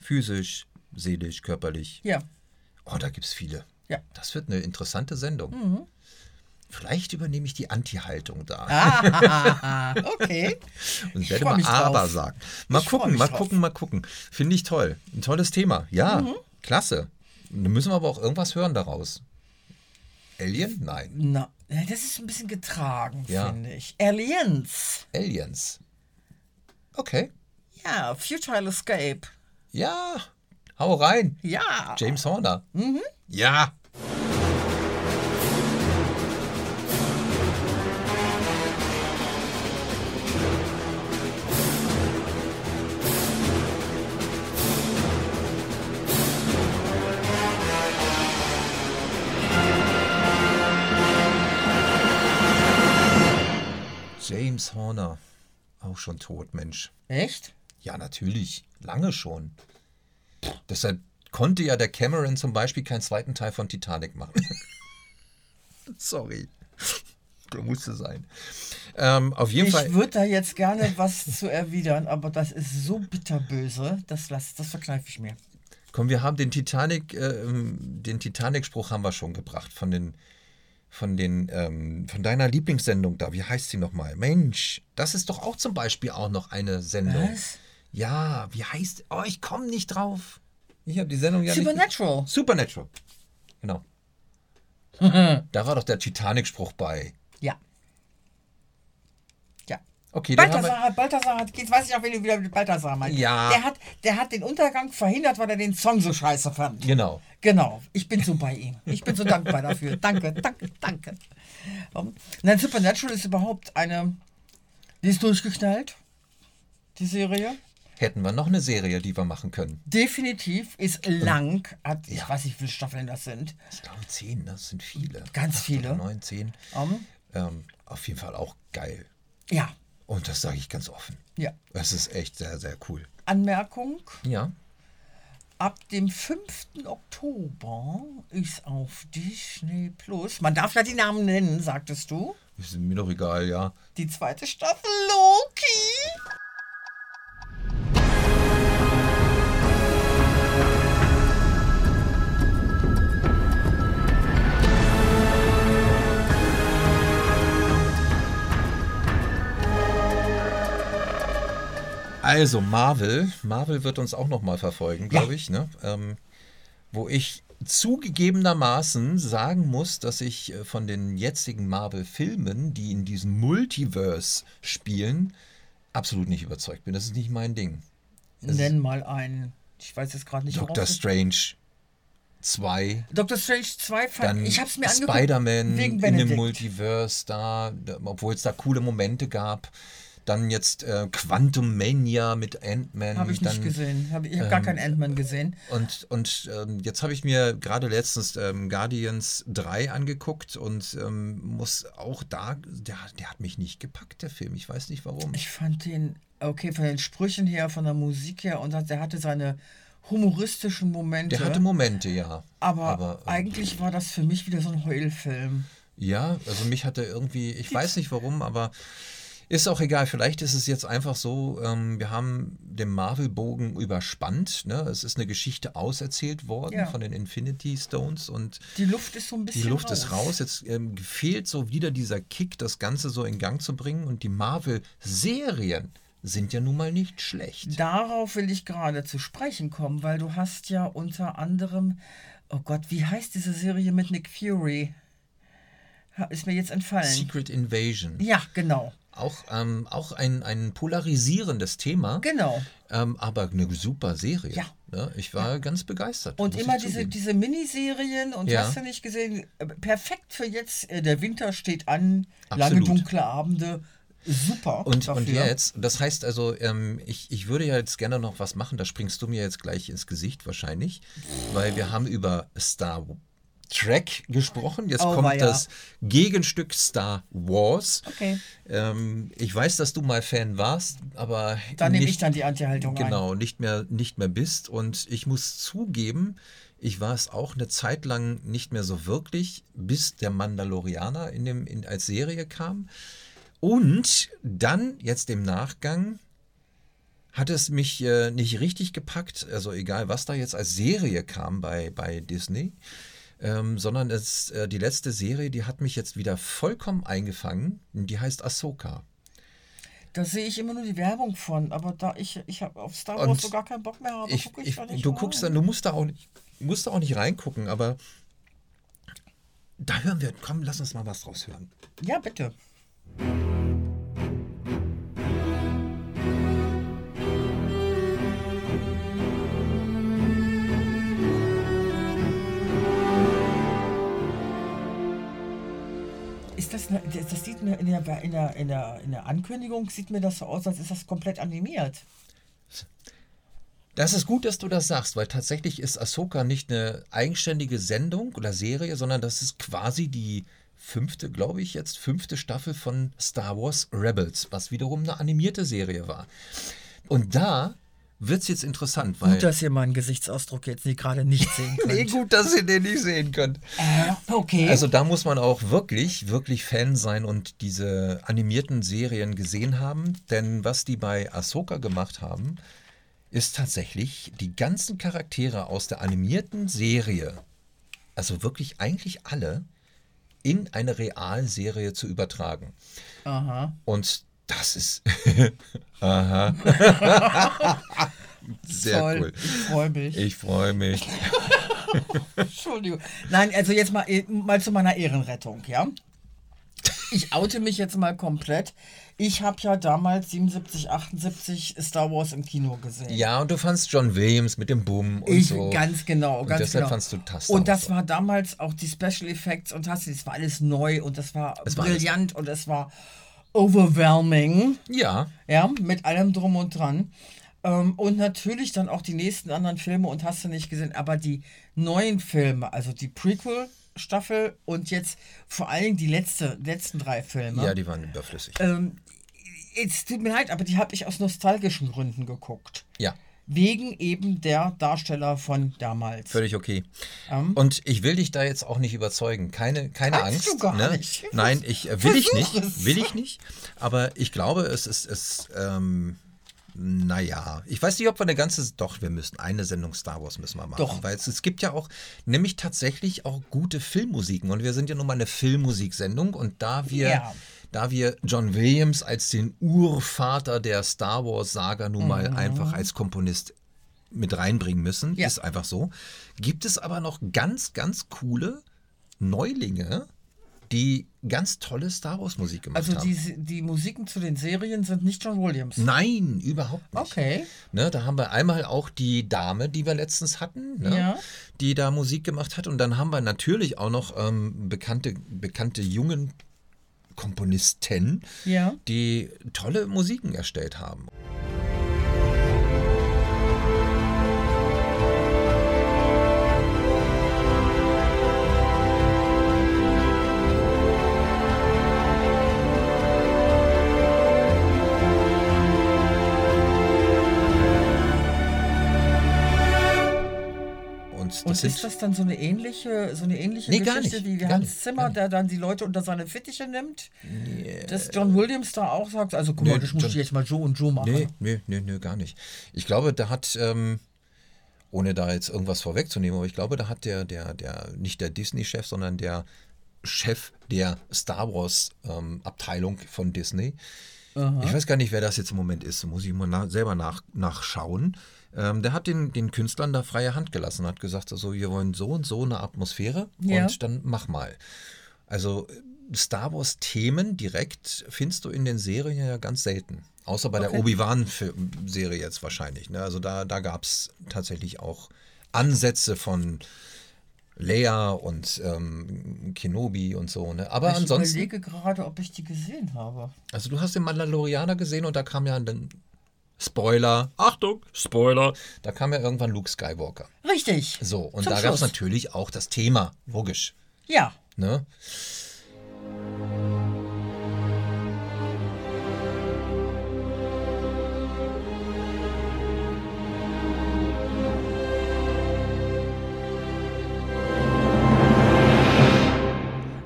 Speaker 2: physisch, seelisch, körperlich.
Speaker 3: Ja,
Speaker 2: Oh, da gibt es viele.
Speaker 3: Ja. Mhm.
Speaker 2: Das wird eine interessante Sendung. Vielleicht übernehme ich die Anti-Haltung da.
Speaker 3: okay.
Speaker 2: Und werde
Speaker 3: freu
Speaker 2: mal
Speaker 3: mich drauf.
Speaker 2: aber sagen. Mal
Speaker 3: Ich freu
Speaker 2: gucken,
Speaker 3: mich
Speaker 2: mal
Speaker 3: drauf. Mhm.
Speaker 2: gucken, mal gucken. Finde ich toll. Ein tolles Thema. Ja, klasse. Da müssen wir aber auch irgendwas hören daraus. Alien? Nein.
Speaker 3: Na, ja, das ist ein bisschen getragen,
Speaker 2: Ja.
Speaker 3: finde ich. Aliens.
Speaker 2: Aliens. Okay.
Speaker 3: Ja, Futile Escape.
Speaker 2: Ja. Hau rein.
Speaker 3: Ja.
Speaker 2: James Horner. Ja. James Horner. Auch schon tot, Mensch.
Speaker 3: Echt?
Speaker 2: Ja, natürlich. Lange schon. Deshalb konnte ja der Cameron zum Beispiel keinen zweiten Teil von Titanic machen. Sorry. Musste sein. Ähm, auf jeden
Speaker 3: Ich
Speaker 2: Fall.
Speaker 3: würde da jetzt gerne was zu erwidern, aber das ist so bitterböse. Das, lass, das verkneife ich mir.
Speaker 2: Komm, wir haben den Titanic, äh, ähm, den Titanic-Spruch haben wir schon gebracht von den, von den, ähm, von deiner Lieblingssendung da. Wie heißt sie nochmal? Mensch, das ist doch auch zum Beispiel auch noch eine Sendung.
Speaker 3: Was?
Speaker 2: Ja, wie heißt? Oh, ich komme nicht drauf. Ich habe die Sendung ja nicht.
Speaker 3: Supernatural.
Speaker 2: Supernatural. Genau. da war doch der Titanic-Spruch bei.
Speaker 3: Ja. Ja.
Speaker 2: Okay, den haben wir-
Speaker 3: Balthasar hat, Balthasar hat, jetzt weiß ich auch, wen du wieder mit Balthasar meinst.
Speaker 2: Ja.
Speaker 3: Der hat, der hat den Untergang verhindert, weil er den Song so scheiße fand.
Speaker 2: Genau.
Speaker 3: Genau, ich bin so bei ihm. Ich bin so dankbar dafür. Danke, danke, danke. Um, nein, Supernatural ist überhaupt eine. Die ist durchgeknallt, die Serie.
Speaker 2: Hätten wir noch eine Serie, die wir machen können.
Speaker 3: Definitiv ist lang, hat, ich
Speaker 2: Ja.
Speaker 3: weiß nicht, wie viele Staffeln das sind.
Speaker 2: Ich glaube zehn, ne? das sind viele.
Speaker 3: Ganz
Speaker 2: Acht
Speaker 3: viele.
Speaker 2: oder Neun, zehn.
Speaker 3: Um,
Speaker 2: Ähm, auf jeden Fall auch geil.
Speaker 3: ja,
Speaker 2: Und das sage ich ganz offen.
Speaker 3: ja.
Speaker 2: Das ist echt sehr, sehr cool.
Speaker 3: Anmerkung:
Speaker 2: Ja.
Speaker 3: Ab dem 5. Oktober ist auf Disney Plus, man darf ja die Namen nennen, sagtest du,
Speaker 2: Ist mir doch egal, ja.
Speaker 3: die zweite Staffel Loki.
Speaker 2: Also Marvel, Marvel wird uns auch nochmal verfolgen, glaube ich. Ne? Ähm, wo ich zugegebenermaßen sagen muss, dass ich äh, von den jetzigen Marvel-Filmen, die in diesem Multiverse spielen, absolut nicht überzeugt bin. Das ist nicht mein Ding.
Speaker 3: Nenn mal einen. Ich weiß jetzt gerade nicht, worauf
Speaker 2: Doctor
Speaker 3: du-
Speaker 2: Strange 2,
Speaker 3: Doctor Strange 2 fand
Speaker 2: dann
Speaker 3: ich hab's mir angeguckt
Speaker 2: Spider-Man
Speaker 3: wegen
Speaker 2: in
Speaker 3: Benedict.
Speaker 2: dem Multiverse da, da- obwohl es da coole Momente gab. Dann jetzt äh, Quantum Mania mit Ant-Man.
Speaker 3: Habe ich
Speaker 2: dann, ähm,
Speaker 3: nicht gesehen. Hab, ich habe gar keinen Ant-Man gesehen.
Speaker 2: Und, und ähm, jetzt habe ich mir gerade letztens ähm, Guardians 3 angeguckt und ähm, muss auch da, der, der hat mich nicht gepackt, der Film. Ich weiß nicht warum.
Speaker 3: Ich fand den, okay, von den Sprüchen her, von der Musik her und das- der hatte seine humoristischen Momente.
Speaker 2: der hatte Momente, ja.
Speaker 3: aber,
Speaker 2: aber, ähm,
Speaker 3: eigentlich war das für mich wieder so ein Heulfilm.
Speaker 2: Ja, also mich hat er irgendwie, ich weiß nicht warum, aber ist auch egal. Vielleicht ist es jetzt einfach so, ähm, wir haben den Marvel-Bogen überspannt. Ne? Es ist eine Geschichte auserzählt worden
Speaker 3: Ja.
Speaker 2: von den Infinity Stones und
Speaker 3: Die Luft ist so ein bisschen
Speaker 2: die Luft
Speaker 3: raus.
Speaker 2: ist raus. Jetzt ähm, fehlt so wieder dieser Kick, das Ganze so in Gang zu bringen. Und die Marvel-Serien sind ja nun mal nicht schlecht.
Speaker 3: Darauf will ich gerade zu sprechen kommen, weil du hast ja unter anderem, oh Gott, wie heißt diese Serie mit Nick Fury? Ha- Ist mir jetzt entfallen.
Speaker 2: Secret Invasion.
Speaker 3: Ja, genau,
Speaker 2: Auch, ähm, auch ein, ein polarisierendes Thema.
Speaker 3: genau.
Speaker 2: Ähm, aber eine super Serie.
Speaker 3: Ja.
Speaker 2: Ne? Ich war ganz begeistert.
Speaker 3: Und
Speaker 2: muss
Speaker 3: immer
Speaker 2: ich
Speaker 3: diese,
Speaker 2: zugeben.
Speaker 3: diese Miniserien und
Speaker 2: Ja.
Speaker 3: hast du nicht gesehen, äh, perfekt für jetzt, äh, der Winter steht an, lange
Speaker 2: Absolut.
Speaker 3: dunkle Abende, super.
Speaker 2: Und,
Speaker 3: dafür.
Speaker 2: und jetzt, das heißt also, ähm, ich, ich würde ja jetzt gerne noch was machen, da springst du mir jetzt gleich ins Gesicht wahrscheinlich, weil wir haben über Star Trek gesprochen, jetzt
Speaker 3: Oh,
Speaker 2: kommt
Speaker 3: weia.
Speaker 2: das Gegenstück Star Wars.
Speaker 3: Okay.
Speaker 2: Ähm, ich weiß, dass du mal Fan warst, aber
Speaker 3: Da nehme ich
Speaker 2: nicht-
Speaker 3: dann die Anti-Haltung ein.
Speaker 2: Genau, nicht mehr, nicht mehr bist. Und ich muss zugeben, ich war es auch eine Zeit lang nicht mehr so wirklich, bis der Mandalorianer in dem, in, als Serie kam. Und dann jetzt im Nachgang hat es mich äh, nicht richtig gepackt, also egal was da jetzt als Serie kam bei, bei Disney, ähm, sondern es, äh, die letzte Serie, die hat mich jetzt wieder vollkommen eingefangen. Die heißt Ahsoka.
Speaker 3: Da sehe ich immer nur die Werbung von, aber da ich, ich habe auf Star
Speaker 2: Und
Speaker 3: Wars so gar keinen Bock mehr habe,
Speaker 2: ich,
Speaker 3: gucke ich,
Speaker 2: ich,
Speaker 3: da nicht
Speaker 2: du
Speaker 3: rein.
Speaker 2: guckst dann, du musst da auch nicht, musst da auch nicht reingucken, aber da hören wir, komm, lass uns mal was draus hören.
Speaker 3: Ja, bitte. Ist das, eine, das das sieht mir in der, in, der, in, der, in der Ankündigung sieht mir das so aus, als ist das komplett animiert.
Speaker 2: Das ist gut, dass du das sagst, weil tatsächlich ist Ahsoka nicht eine eigenständige Sendung oder Serie, sondern das ist quasi die fünfte, glaube ich jetzt, fünfte Staffel von Star Wars Rebels, was wiederum eine animierte Serie war. Und da wird es jetzt interessant, weil...
Speaker 3: ihr meinen Gesichtsausdruck jetzt nicht, gerade nicht sehen
Speaker 2: nee, gut, dass ihr den nicht sehen könnt.
Speaker 3: äh, okay.
Speaker 2: Also da muss man auch wirklich, wirklich Fan sein und diese animierten Serien gesehen haben. Denn was die bei Ahsoka gemacht haben, ist tatsächlich, die ganzen Charaktere aus der animierten Serie, also wirklich eigentlich alle, in eine Realserie zu übertragen.
Speaker 3: Aha.
Speaker 2: Und das ist Aha. Sehr
Speaker 3: Toll.
Speaker 2: cool.
Speaker 3: Ich freue mich.
Speaker 2: Ich freue mich.
Speaker 3: Entschuldigung. Nein, also jetzt mal, eh, mal zu meiner Ehrenrettung, ja? Ich oute mich jetzt mal komplett. Ich habe ja damals 77, 78 Star Wars im Kino gesehen.
Speaker 2: Ja, und du fandst John Williams mit dem Boom und
Speaker 3: ich,
Speaker 2: so.
Speaker 3: Ganz genau,
Speaker 2: Und
Speaker 3: ganz
Speaker 2: deshalb
Speaker 3: genau.
Speaker 2: fandst du das
Speaker 3: Und
Speaker 2: auch
Speaker 3: das
Speaker 2: so.
Speaker 3: war damals auch die Special Effects und hast, das war alles neu und das war
Speaker 2: war alles-
Speaker 3: brillant und es war overwhelming.
Speaker 2: ja,
Speaker 3: Ja, mit allem drum und dran. Ähm, und natürlich dann auch die nächsten anderen Filme und hast du nicht gesehen, aber die neuen Filme, also die Prequel-Staffel und jetzt vor allen Dingen die letzte, letzten drei Filme.
Speaker 2: ja, die waren überflüssig.
Speaker 3: Äh. es tut mir leid, aber die habe ich aus nostalgischen Gründen geguckt.
Speaker 2: ja.
Speaker 3: Wegen eben der Darsteller von damals.
Speaker 2: Völlig okay. und ich will dich da jetzt auch nicht überzeugen. Keine, keine
Speaker 3: Kannst
Speaker 2: Angst.
Speaker 3: Ähm. du gar
Speaker 2: ne?
Speaker 3: nicht.
Speaker 2: Nein, ich äh, will ich
Speaker 3: Versuch
Speaker 2: nicht.
Speaker 3: es.
Speaker 2: Will ich nicht. Aber ich glaube, es ist es. Ähm, naja, ich weiß nicht, ob wir eine ganze. Doch, wir müssen eine Sendung Star Wars müssen wir machen.
Speaker 3: Doch.
Speaker 2: Weil es, es gibt ja auch, nämlich tatsächlich auch gute Filmmusiken. Und wir sind ja nun mal eine Filmmusiksendung. Und da wir,
Speaker 3: Ja.
Speaker 2: da wir John Williams als den Urvater der Star Wars-Saga nun mal einfach als Komponist mit reinbringen müssen.
Speaker 3: Mhm. Ja.
Speaker 2: Ist einfach so. Gibt es aber noch ganz, ganz coole Neulinge, die ganz tolle Star Wars-Musik gemacht
Speaker 3: Also
Speaker 2: haben.
Speaker 3: die, die Musiken zu den Serien sind nicht John Williams.
Speaker 2: Nein, überhaupt nicht.
Speaker 3: Okay.
Speaker 2: Ne, da haben wir einmal auch die Dame, die wir letztens hatten, ne,
Speaker 3: Ja.
Speaker 2: die da Musik gemacht hat. Und dann haben wir natürlich auch noch ähm, bekannte, bekannte jungen Komponisten,
Speaker 3: Ja.
Speaker 2: die tolle Musiken erstellt haben. Und das
Speaker 3: Und
Speaker 2: sind
Speaker 3: ist das dann so eine ähnliche, so eine ähnliche
Speaker 2: Nee, gar
Speaker 3: Geschichte
Speaker 2: nicht,
Speaker 3: wie, wie
Speaker 2: gar
Speaker 3: Hans
Speaker 2: nicht, gar
Speaker 3: Zimmer, der dann die Leute unter seine Fittiche nimmt? Dass John Williams da auch sagt, also guck
Speaker 2: Nee,
Speaker 3: mal, das muss
Speaker 2: John-
Speaker 3: ich jetzt mal so und so machen.
Speaker 2: Nee, nee, nee, nee, gar nicht. Ich glaube, da hat, ähm, ohne da jetzt irgendwas vorwegzunehmen, aber ich glaube, da hat der, der, der, nicht der Disney-Chef, sondern der Chef der Star Wars-Abteilung von Disney. Ich weiß gar nicht, wer das jetzt im Moment ist. Muss ich mal na selber nach nachschauen. Ähm, der hat den, den Künstlern da freie Hand gelassen, hat gesagt, also wir wollen so und so eine Atmosphäre
Speaker 3: Ja.
Speaker 2: und dann mach mal. Also äh, Star Wars-Themen direkt findest du in den Serien ja ganz selten. Außer bei der Obi-Wan-Serie jetzt wahrscheinlich. Ne? Also da, da gab es tatsächlich auch Ansätze von Leia und ähm, Kenobi und so. Ne? Aber
Speaker 3: ich
Speaker 2: ansonsten,
Speaker 3: überlege gerade, ob ich die gesehen habe.
Speaker 2: also du hast den Mandalorianer gesehen und da kam ja dann Spoiler, Achtung, Spoiler, da kam ja irgendwann Luke Skywalker.
Speaker 3: Richtig.
Speaker 2: So, und
Speaker 3: Zum
Speaker 2: da gab es
Speaker 3: Schluss.
Speaker 2: natürlich auch das Thema, logisch.
Speaker 3: Ja.
Speaker 2: Ne?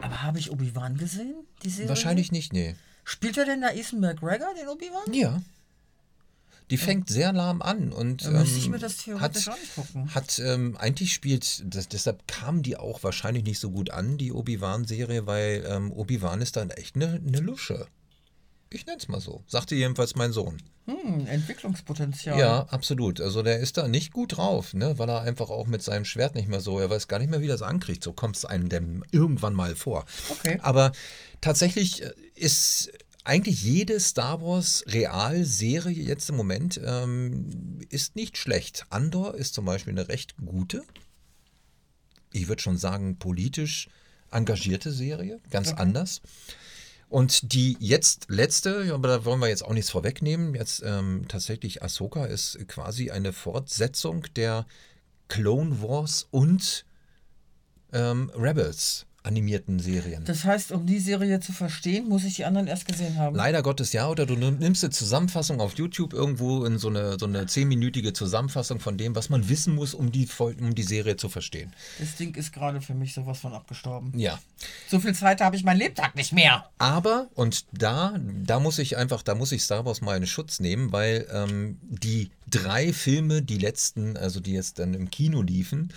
Speaker 3: Aber habe ich Obi-Wan gesehen? Die Serie?
Speaker 2: Wahrscheinlich nicht, nee.
Speaker 3: Spielt er denn da Ethan McGregor, den Obi-Wan?
Speaker 2: Ja. Die fängt sehr lahm an und ähm,
Speaker 3: Dann müsste ich mir das theoretisch
Speaker 2: hat,
Speaker 3: angucken.
Speaker 2: hat ähm, eigentlich spielt, das, deshalb kam die auch wahrscheinlich nicht so gut an, die Obi-Wan-Serie, weil ähm, Obi-Wan ist dann echt eine ne Lusche. Ich nenn's mal so, sagte jedenfalls mein Sohn.
Speaker 3: Hm, Entwicklungspotenzial.
Speaker 2: Ja, absolut. Also der ist da nicht gut drauf, ne? weil er einfach auch mit seinem Schwert nicht mehr so, er weiß gar nicht mehr, wie das ankriegt. So kommt es einem denn irgendwann mal vor.
Speaker 3: Okay.
Speaker 2: Aber tatsächlich äh, ist eigentlich jede Star Wars Realserie jetzt im Moment ähm, ist nicht schlecht. Andor ist zum Beispiel eine recht gute, ich würde schon sagen politisch engagierte Serie, ganz anders. Und die jetzt letzte, ja, aber da wollen wir jetzt auch nichts vorwegnehmen, jetzt ähm, tatsächlich Ahsoka ist quasi eine Fortsetzung der Clone Wars und ähm, Rebels animierten Serien.
Speaker 3: Das heißt, um die Serie zu verstehen, muss ich die anderen erst gesehen haben.
Speaker 2: Leider Gottes ja, oder du nimmst eine Zusammenfassung auf YouTube irgendwo in so eine, so eine zehnminütige Zusammenfassung von dem, was man wissen muss, um die, Fol- um die Serie zu verstehen.
Speaker 3: Das Ding ist gerade für mich sowas von abgestorben.
Speaker 2: Ja.
Speaker 3: So viel Zeit habe ich meinen Lebtag nicht mehr.
Speaker 2: Aber, und da, da muss ich einfach, da muss ich Star Wars mal in Schutz nehmen, weil ähm, die drei Filme, die letzten, also die jetzt dann im Kino liefen,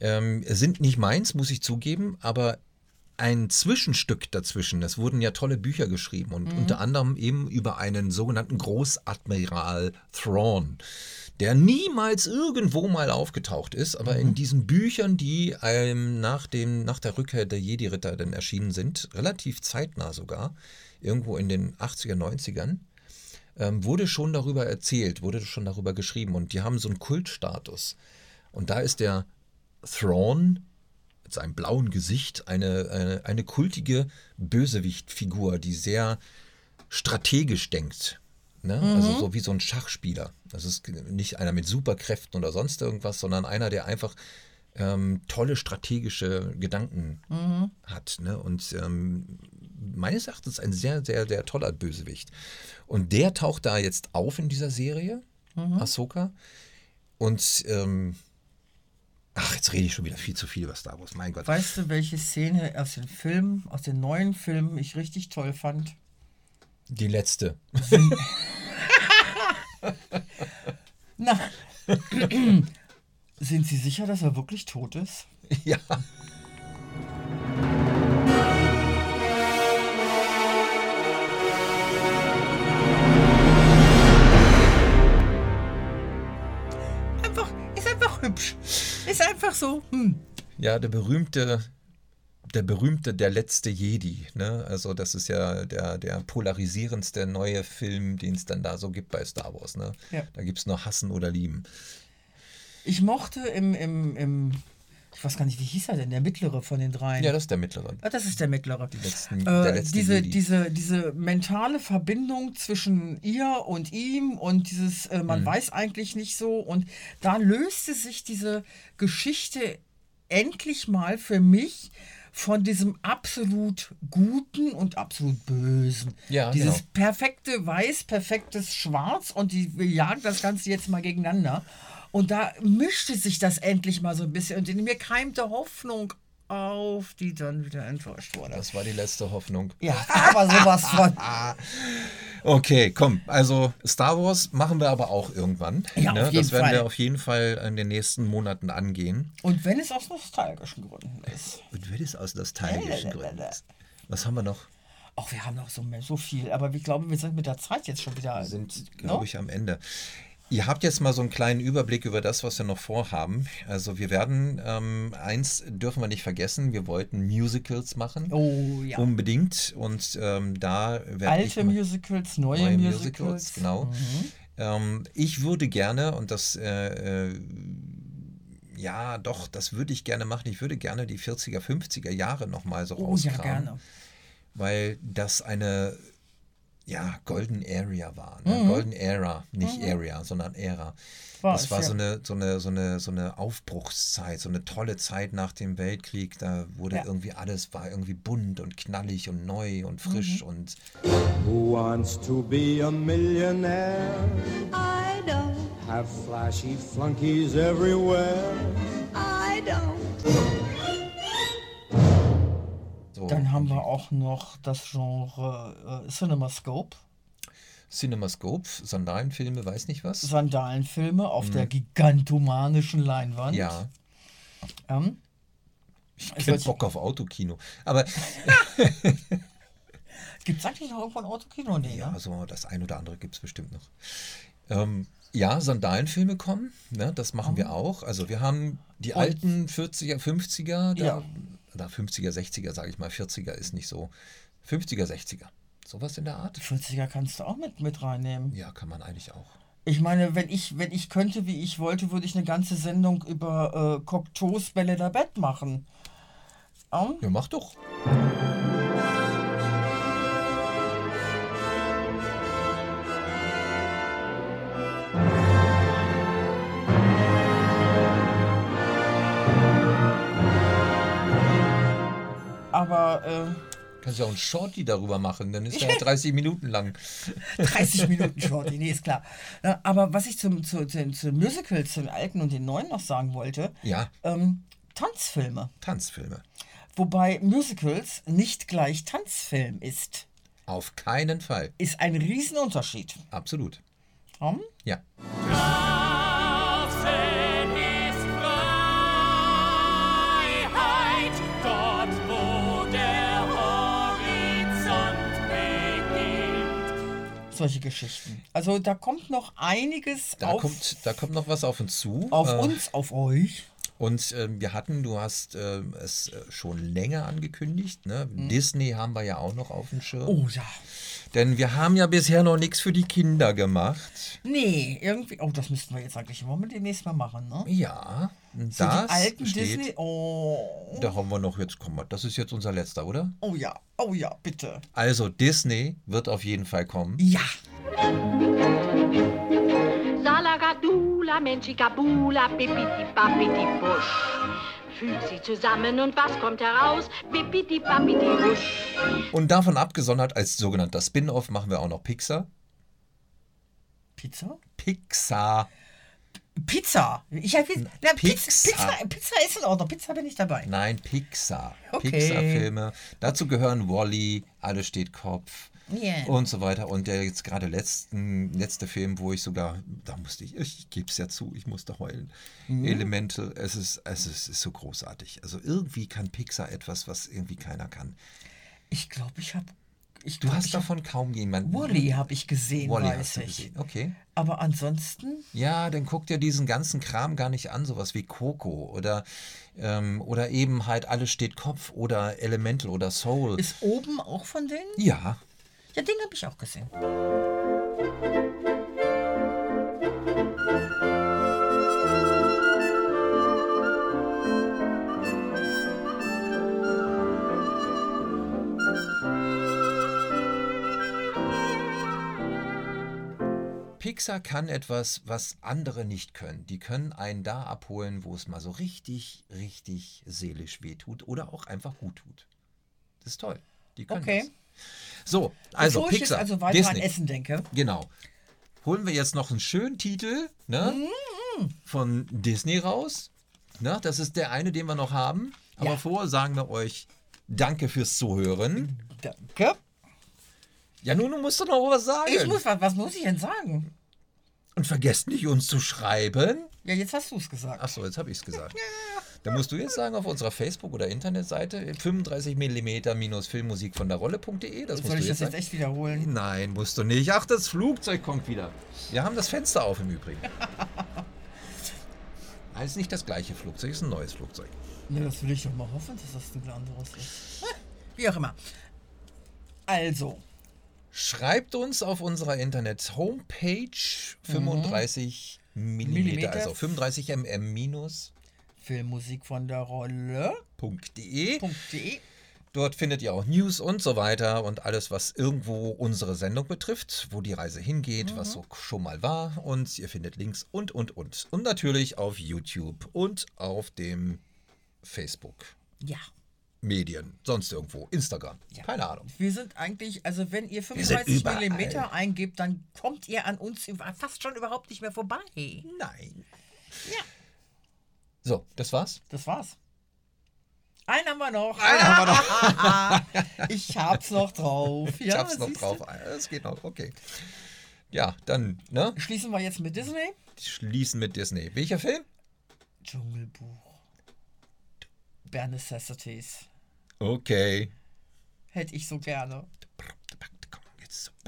Speaker 2: ähm, sind nicht meins, muss ich zugeben, aber ein Zwischenstück dazwischen. Es wurden ja tolle Bücher geschrieben und unter anderem eben über einen sogenannten Großadmiral Thrawn, der niemals irgendwo mal aufgetaucht ist, aber in diesen Büchern, die einem nach, dem, nach der Rückkehr der Jedi-Ritter dann erschienen sind, relativ zeitnah sogar, irgendwo in den 80er, 90ern, ähm, wurde schon darüber erzählt, wurde schon darüber geschrieben und die haben so einen Kultstatus. Und da ist der Thrawn mit seinem blauen Gesicht eine, eine, äh, eine kultige Bösewichtfigur, die sehr strategisch denkt. Ne? Also so wie so ein Schachspieler. Das ist nicht einer mit Superkräften oder sonst irgendwas, sondern einer, der einfach ähm, tolle strategische Gedanken hat. Ne? Und ähm, meines Erachtens ein sehr, sehr, sehr toller Bösewicht. Und der taucht da jetzt auf in dieser Serie, Ahsoka. Und ähm, ach, jetzt rede ich schon wieder viel zu viel über Star Wars. Mein Gott.
Speaker 3: Weißt du, welche Szene aus den Filmen, aus den neuen Filmen ich richtig toll fand?
Speaker 2: Die letzte.
Speaker 3: Na, sind Sie sicher, dass er wirklich tot ist?
Speaker 2: ja.
Speaker 3: Einfach, ist einfach hübsch. Ist einfach so. Hm.
Speaker 2: Ja, der berühmte, der berühmte, der letzte Jedi. Ne? Also das ist ja der, der polarisierendste neue Film, den es dann da so gibt bei Star Wars. Ne?
Speaker 3: Ja.
Speaker 2: Da gibt es nur Hassen oder Lieben.
Speaker 3: Ich mochte im, im, im, ich weiß gar nicht, wie hieß er denn, der mittlere von den dreien.
Speaker 2: Ja, das ist der mittlere.
Speaker 3: Ah, das ist der mittlere.
Speaker 2: letzten-
Speaker 3: äh,
Speaker 2: der letzte
Speaker 3: diese,
Speaker 2: Jedi.
Speaker 3: diese, diese mentale Verbindung zwischen ihr und ihm und dieses, äh,
Speaker 2: Mhm.
Speaker 3: man weiß eigentlich nicht so. Und da löste sich diese Geschichte endlich mal für mich von diesem absolut Guten und absolut Bösen.
Speaker 2: Ja,
Speaker 3: Dieses
Speaker 2: genau.
Speaker 3: perfekte Weiß, perfektes Schwarz und die wir jagen das Ganze jetzt mal gegeneinander. Und da mischte sich das endlich mal so ein bisschen und in mir keimte Hoffnung auf, die dann wieder enttäuscht wurde.
Speaker 2: Das war die letzte Hoffnung.
Speaker 3: Ja, aber sowas von.
Speaker 2: Okay, komm. Also Star Wars machen wir aber auch irgendwann. ne?
Speaker 3: Ja, auf jeden
Speaker 2: das werden
Speaker 3: Fall.
Speaker 2: wir auf jeden Fall in den nächsten Monaten angehen.
Speaker 3: Und wenn es aus nostalgischen Gründen ist.
Speaker 2: Und wird es aus
Speaker 3: Äh,
Speaker 2: nostalgischen Gründen. Was haben wir noch?
Speaker 3: Auch wir haben noch so, mehr, so viel, aber ich glaube, wir sind mit der Zeit jetzt schon wieder.
Speaker 2: sind,
Speaker 3: ne?
Speaker 2: glaube ich, am Ende. Ihr habt jetzt mal so einen kleinen Überblick über das, was wir noch vorhaben. Also wir werden, ähm, eins dürfen wir nicht vergessen, wir wollten Musicals machen.
Speaker 3: Oh ja.
Speaker 2: Unbedingt. Und ähm, da werde ich
Speaker 3: Alte
Speaker 2: mal-
Speaker 3: Musicals, neue,
Speaker 2: neue
Speaker 3: Musicals. Mhm.
Speaker 2: Musicals, genau. Ähm, ich würde gerne, und das, äh, äh, ja, doch, das würde ich gerne machen, ich würde gerne die 40er, 50er Jahre nochmal so
Speaker 3: Oh ja,
Speaker 2: rauskramen
Speaker 3: gerne.
Speaker 2: weil das eine ja, Golden Area war. Ne? Golden Era, nicht Area, sondern Ära.
Speaker 3: Mhm. War
Speaker 2: das
Speaker 3: es,
Speaker 2: war
Speaker 3: ja.
Speaker 2: so, eine, so, eine, so, eine, so eine Aufbruchszeit, so eine tolle Zeit nach dem Weltkrieg. Da wurde
Speaker 3: Ja.
Speaker 2: irgendwie alles, war irgendwie bunt und knallig und neu und
Speaker 3: Mhm.
Speaker 2: frisch und
Speaker 6: Who wants to be a millionaire?
Speaker 5: I don't,
Speaker 6: Have flashy flunkies everywhere.
Speaker 5: I don't.
Speaker 2: so.
Speaker 3: Dann haben wir auch noch das Genre äh, CinemaScope,
Speaker 2: Cinemascope, Sandalenfilme, weiß nicht was.
Speaker 3: Sandalenfilme auf der gigantomanischen Leinwand.
Speaker 2: Mhm. ja,
Speaker 3: Ähm,
Speaker 2: ich hab Bock auf Autokino. Aber
Speaker 3: Gibt es eigentlich noch irgendwo ein Autokino? Nee,
Speaker 2: Ja,
Speaker 3: ne?
Speaker 2: also das ein oder andere gibt es bestimmt noch. Ähm, ja, Sandalenfilme kommen, ne, das machen
Speaker 3: Mhm.
Speaker 2: wir auch. Also wir haben die alten 40er, 50er, da,
Speaker 3: Ja.
Speaker 2: da 50er, 60er, sage ich mal, 40er ist nicht so. 50er, 60er, sowas in der Art.
Speaker 3: 40er kannst du auch mit, mit reinnehmen.
Speaker 2: Ja, kann man eigentlich auch.
Speaker 3: Ich meine, wenn ich, wenn ich könnte, wie ich wollte, würde ich eine ganze Sendung über äh, Cocteau's Bälle der Bett machen. Ähm,
Speaker 2: Ja, mach doch.
Speaker 3: aber äh,
Speaker 2: Kannst ja auch einen Shorty darüber machen, dann ist der 30 Minuten lang.
Speaker 3: äh, 30 Minuten Shorty, nee, ist klar. Na, aber was ich zum, zu, zu, zu Musicals, den alten und den neuen noch sagen wollte,
Speaker 2: Ja,
Speaker 3: ähm, Tanzfilme.
Speaker 2: Tanzfilme.
Speaker 3: Wobei Musicals nicht gleich Tanzfilm ist.
Speaker 2: Auf keinen Fall.
Speaker 3: Ist ein Riesenunterschied.
Speaker 2: Absolut.
Speaker 3: Hm?
Speaker 2: Ja.
Speaker 7: Draußen ist Freiheit, dort wo der Horizont beginnt.
Speaker 3: Solche Geschichten. Also da kommt noch einiges
Speaker 2: Da,
Speaker 3: auf,
Speaker 2: kommt, da kommt noch was auf uns zu.
Speaker 3: auf
Speaker 2: Äh,
Speaker 3: uns, auf euch.
Speaker 2: Und ähm, wir hatten, du hast ähm, es äh, schon länger angekündigt. Ne? Disney haben wir ja auch noch auf dem Schirm.
Speaker 3: Mhm. Oh ja.
Speaker 2: Denn wir haben ja bisher noch nichts für die Kinder gemacht.
Speaker 3: Nee, irgendwie. Oh, das müssten wir jetzt eigentlich mal mit demnächst mal machen, ne?
Speaker 2: Ja, das
Speaker 3: So die alten
Speaker 2: steht.
Speaker 3: Disney. Oh.
Speaker 2: Da haben wir noch jetzt, komm mal, das ist jetzt unser letzter, oder?
Speaker 3: Oh ja, oh ja, bitte.
Speaker 2: Also Disney wird auf jeden Fall kommen.
Speaker 3: Ja.
Speaker 8: Salagadula, Menschikabula, Bipiti, Papiti, Busch. Fügt sie zusammen und was kommt heraus? Bipiti, Papiti, Busch.
Speaker 2: Und davon abgesondert als sogenannter Spin-off machen wir auch noch Pixar.
Speaker 3: Pizza?
Speaker 2: Pixar.
Speaker 3: Pizza. Ich hab, jetzt- na, Pizza.
Speaker 2: Pizza.
Speaker 3: Pizza, Pizza ist in Ordnung. Pizza bin ich dabei.
Speaker 2: Nein, Pixar.
Speaker 3: Okay.
Speaker 2: Pixar-Filme. Dazu gehören Wally, Alles steht Kopf
Speaker 3: Yeah.
Speaker 2: und so weiter. Und der jetzt gerade letzten, letzte Film, wo ich sogar, da musste ich, ich gebe es ja zu, ich musste heulen.
Speaker 3: Mhm.
Speaker 2: Elemental, es ist, es ist, ist so großartig. Also irgendwie kann Pixar etwas, was irgendwie keiner kann.
Speaker 3: Ich glaube, ich habe. Ich
Speaker 2: Du
Speaker 3: glaub,
Speaker 2: hast
Speaker 3: ich hab-
Speaker 2: davon kaum jemanden.
Speaker 3: Wally habe ich gesehen,
Speaker 2: Wall-E
Speaker 3: weiß
Speaker 2: hast du
Speaker 3: ich.
Speaker 2: gesehen. Okay.
Speaker 3: Aber ansonsten.
Speaker 2: Ja, dann guck dir diesen ganzen Kram gar nicht an, sowas wie Coco oder, ähm, oder eben halt Alles steht Kopf oder Elemental oder Soul.
Speaker 3: Ist oben auch von denen?
Speaker 2: ja,
Speaker 3: Ja, den habe ich auch gesehen.
Speaker 2: Pixar kann etwas, was andere nicht können. Die können einen da abholen, wo es mal so richtig, richtig seelisch wehtut oder auch einfach gut tut. Das ist toll. Die können
Speaker 3: Okay.
Speaker 2: das. So, also
Speaker 3: Bevor ich jetzt
Speaker 2: Pixar,
Speaker 3: also weiter
Speaker 2: Disney.
Speaker 3: an Essen denke.
Speaker 2: Genau. Holen wir jetzt noch einen schönen Titel ne?
Speaker 3: Mhm.
Speaker 2: von Disney raus. Ne? Das ist der eine, den wir noch haben. Aber
Speaker 3: Ja.
Speaker 2: vorher sagen wir euch Danke fürs
Speaker 3: Mhm.
Speaker 2: Zuhören.
Speaker 3: Danke.
Speaker 2: Ja, nun, du musst doch noch was sagen.
Speaker 3: Ich muss, was, was muss ich denn sagen?
Speaker 2: Und vergesst nicht, uns zu schreiben.
Speaker 3: Ja, jetzt hast du es gesagt.
Speaker 2: Achso, jetzt habe ich es gesagt. Dann musst du jetzt sagen, auf unserer Facebook- oder Internetseite 35mm-filmmusik von der Rolle.de. E, Das musst
Speaker 3: Soll
Speaker 2: du jetzt
Speaker 3: ich das jetzt
Speaker 2: sagen.
Speaker 3: echt wiederholen?
Speaker 2: Nein, musst du nicht. Ach, das Flugzeug kommt wieder. Wir haben das Fenster auf im Übrigen. Nein, ist nicht das gleiche Flugzeug, ist ein neues Flugzeug.
Speaker 3: Ne, das will ich doch mal hoffen, dass das ein anderes ist. Wie auch immer. Also,
Speaker 2: Schreibt uns auf unserer Internet-Homepage 35 mm,
Speaker 3: Mhm. Millimeter.
Speaker 2: also 35mm-punkt.de.
Speaker 3: Filmmusik von der Rolle.de.
Speaker 2: E. Dort findet ihr auch News und so weiter und alles, was irgendwo unsere Sendung betrifft, wo die Reise hingeht, was so schon mal war. Und ihr findet Links und, und, und. Und natürlich auf YouTube und auf dem Facebook.
Speaker 3: Ja.
Speaker 2: Medien, sonst irgendwo, Instagram, keine Ahnung.
Speaker 3: Wir sind eigentlich, also wenn ihr
Speaker 2: sind
Speaker 3: 35
Speaker 2: überall.
Speaker 3: mm eingebt, dann kommt ihr an uns über- fast schon überhaupt nicht mehr vorbei.
Speaker 2: Nein. Ja. So, das war's.
Speaker 3: Das war's. Einen haben wir noch.
Speaker 2: haben wir noch.
Speaker 3: Ich hab's noch drauf.
Speaker 2: Ich
Speaker 3: Ja,
Speaker 2: hab's noch
Speaker 3: siehst
Speaker 2: drauf. Ah, Es geht noch, okay. Ja, dann, ne?
Speaker 3: du? Schließen wir jetzt mit Disney.
Speaker 2: Schließen mit Disney. Welcher Film?
Speaker 3: Dschungelbuch. Bare Necessities.
Speaker 2: Okay.
Speaker 3: Hätte ich so gerne.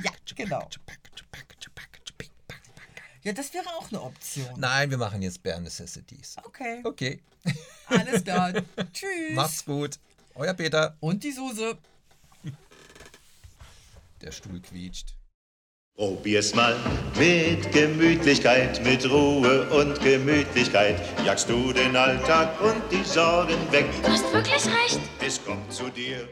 Speaker 2: Ja,
Speaker 3: genau. Ja, das wäre auch eine Option.
Speaker 2: Nein, wir machen jetzt Bare Necessities.
Speaker 3: Okay,
Speaker 2: Okay,
Speaker 3: alles klar. Tschüss.
Speaker 2: macht's gut. Euer Peter.
Speaker 3: Und die Soße.
Speaker 2: Der Stuhl quietscht.
Speaker 9: Probier's mal mit Gemütlichkeit, mit Ruhe und Gemütlichkeit. Jagst du den Alltag und die Sorgen weg.
Speaker 4: Du hast wirklich recht.
Speaker 9: Es kommt zu dir.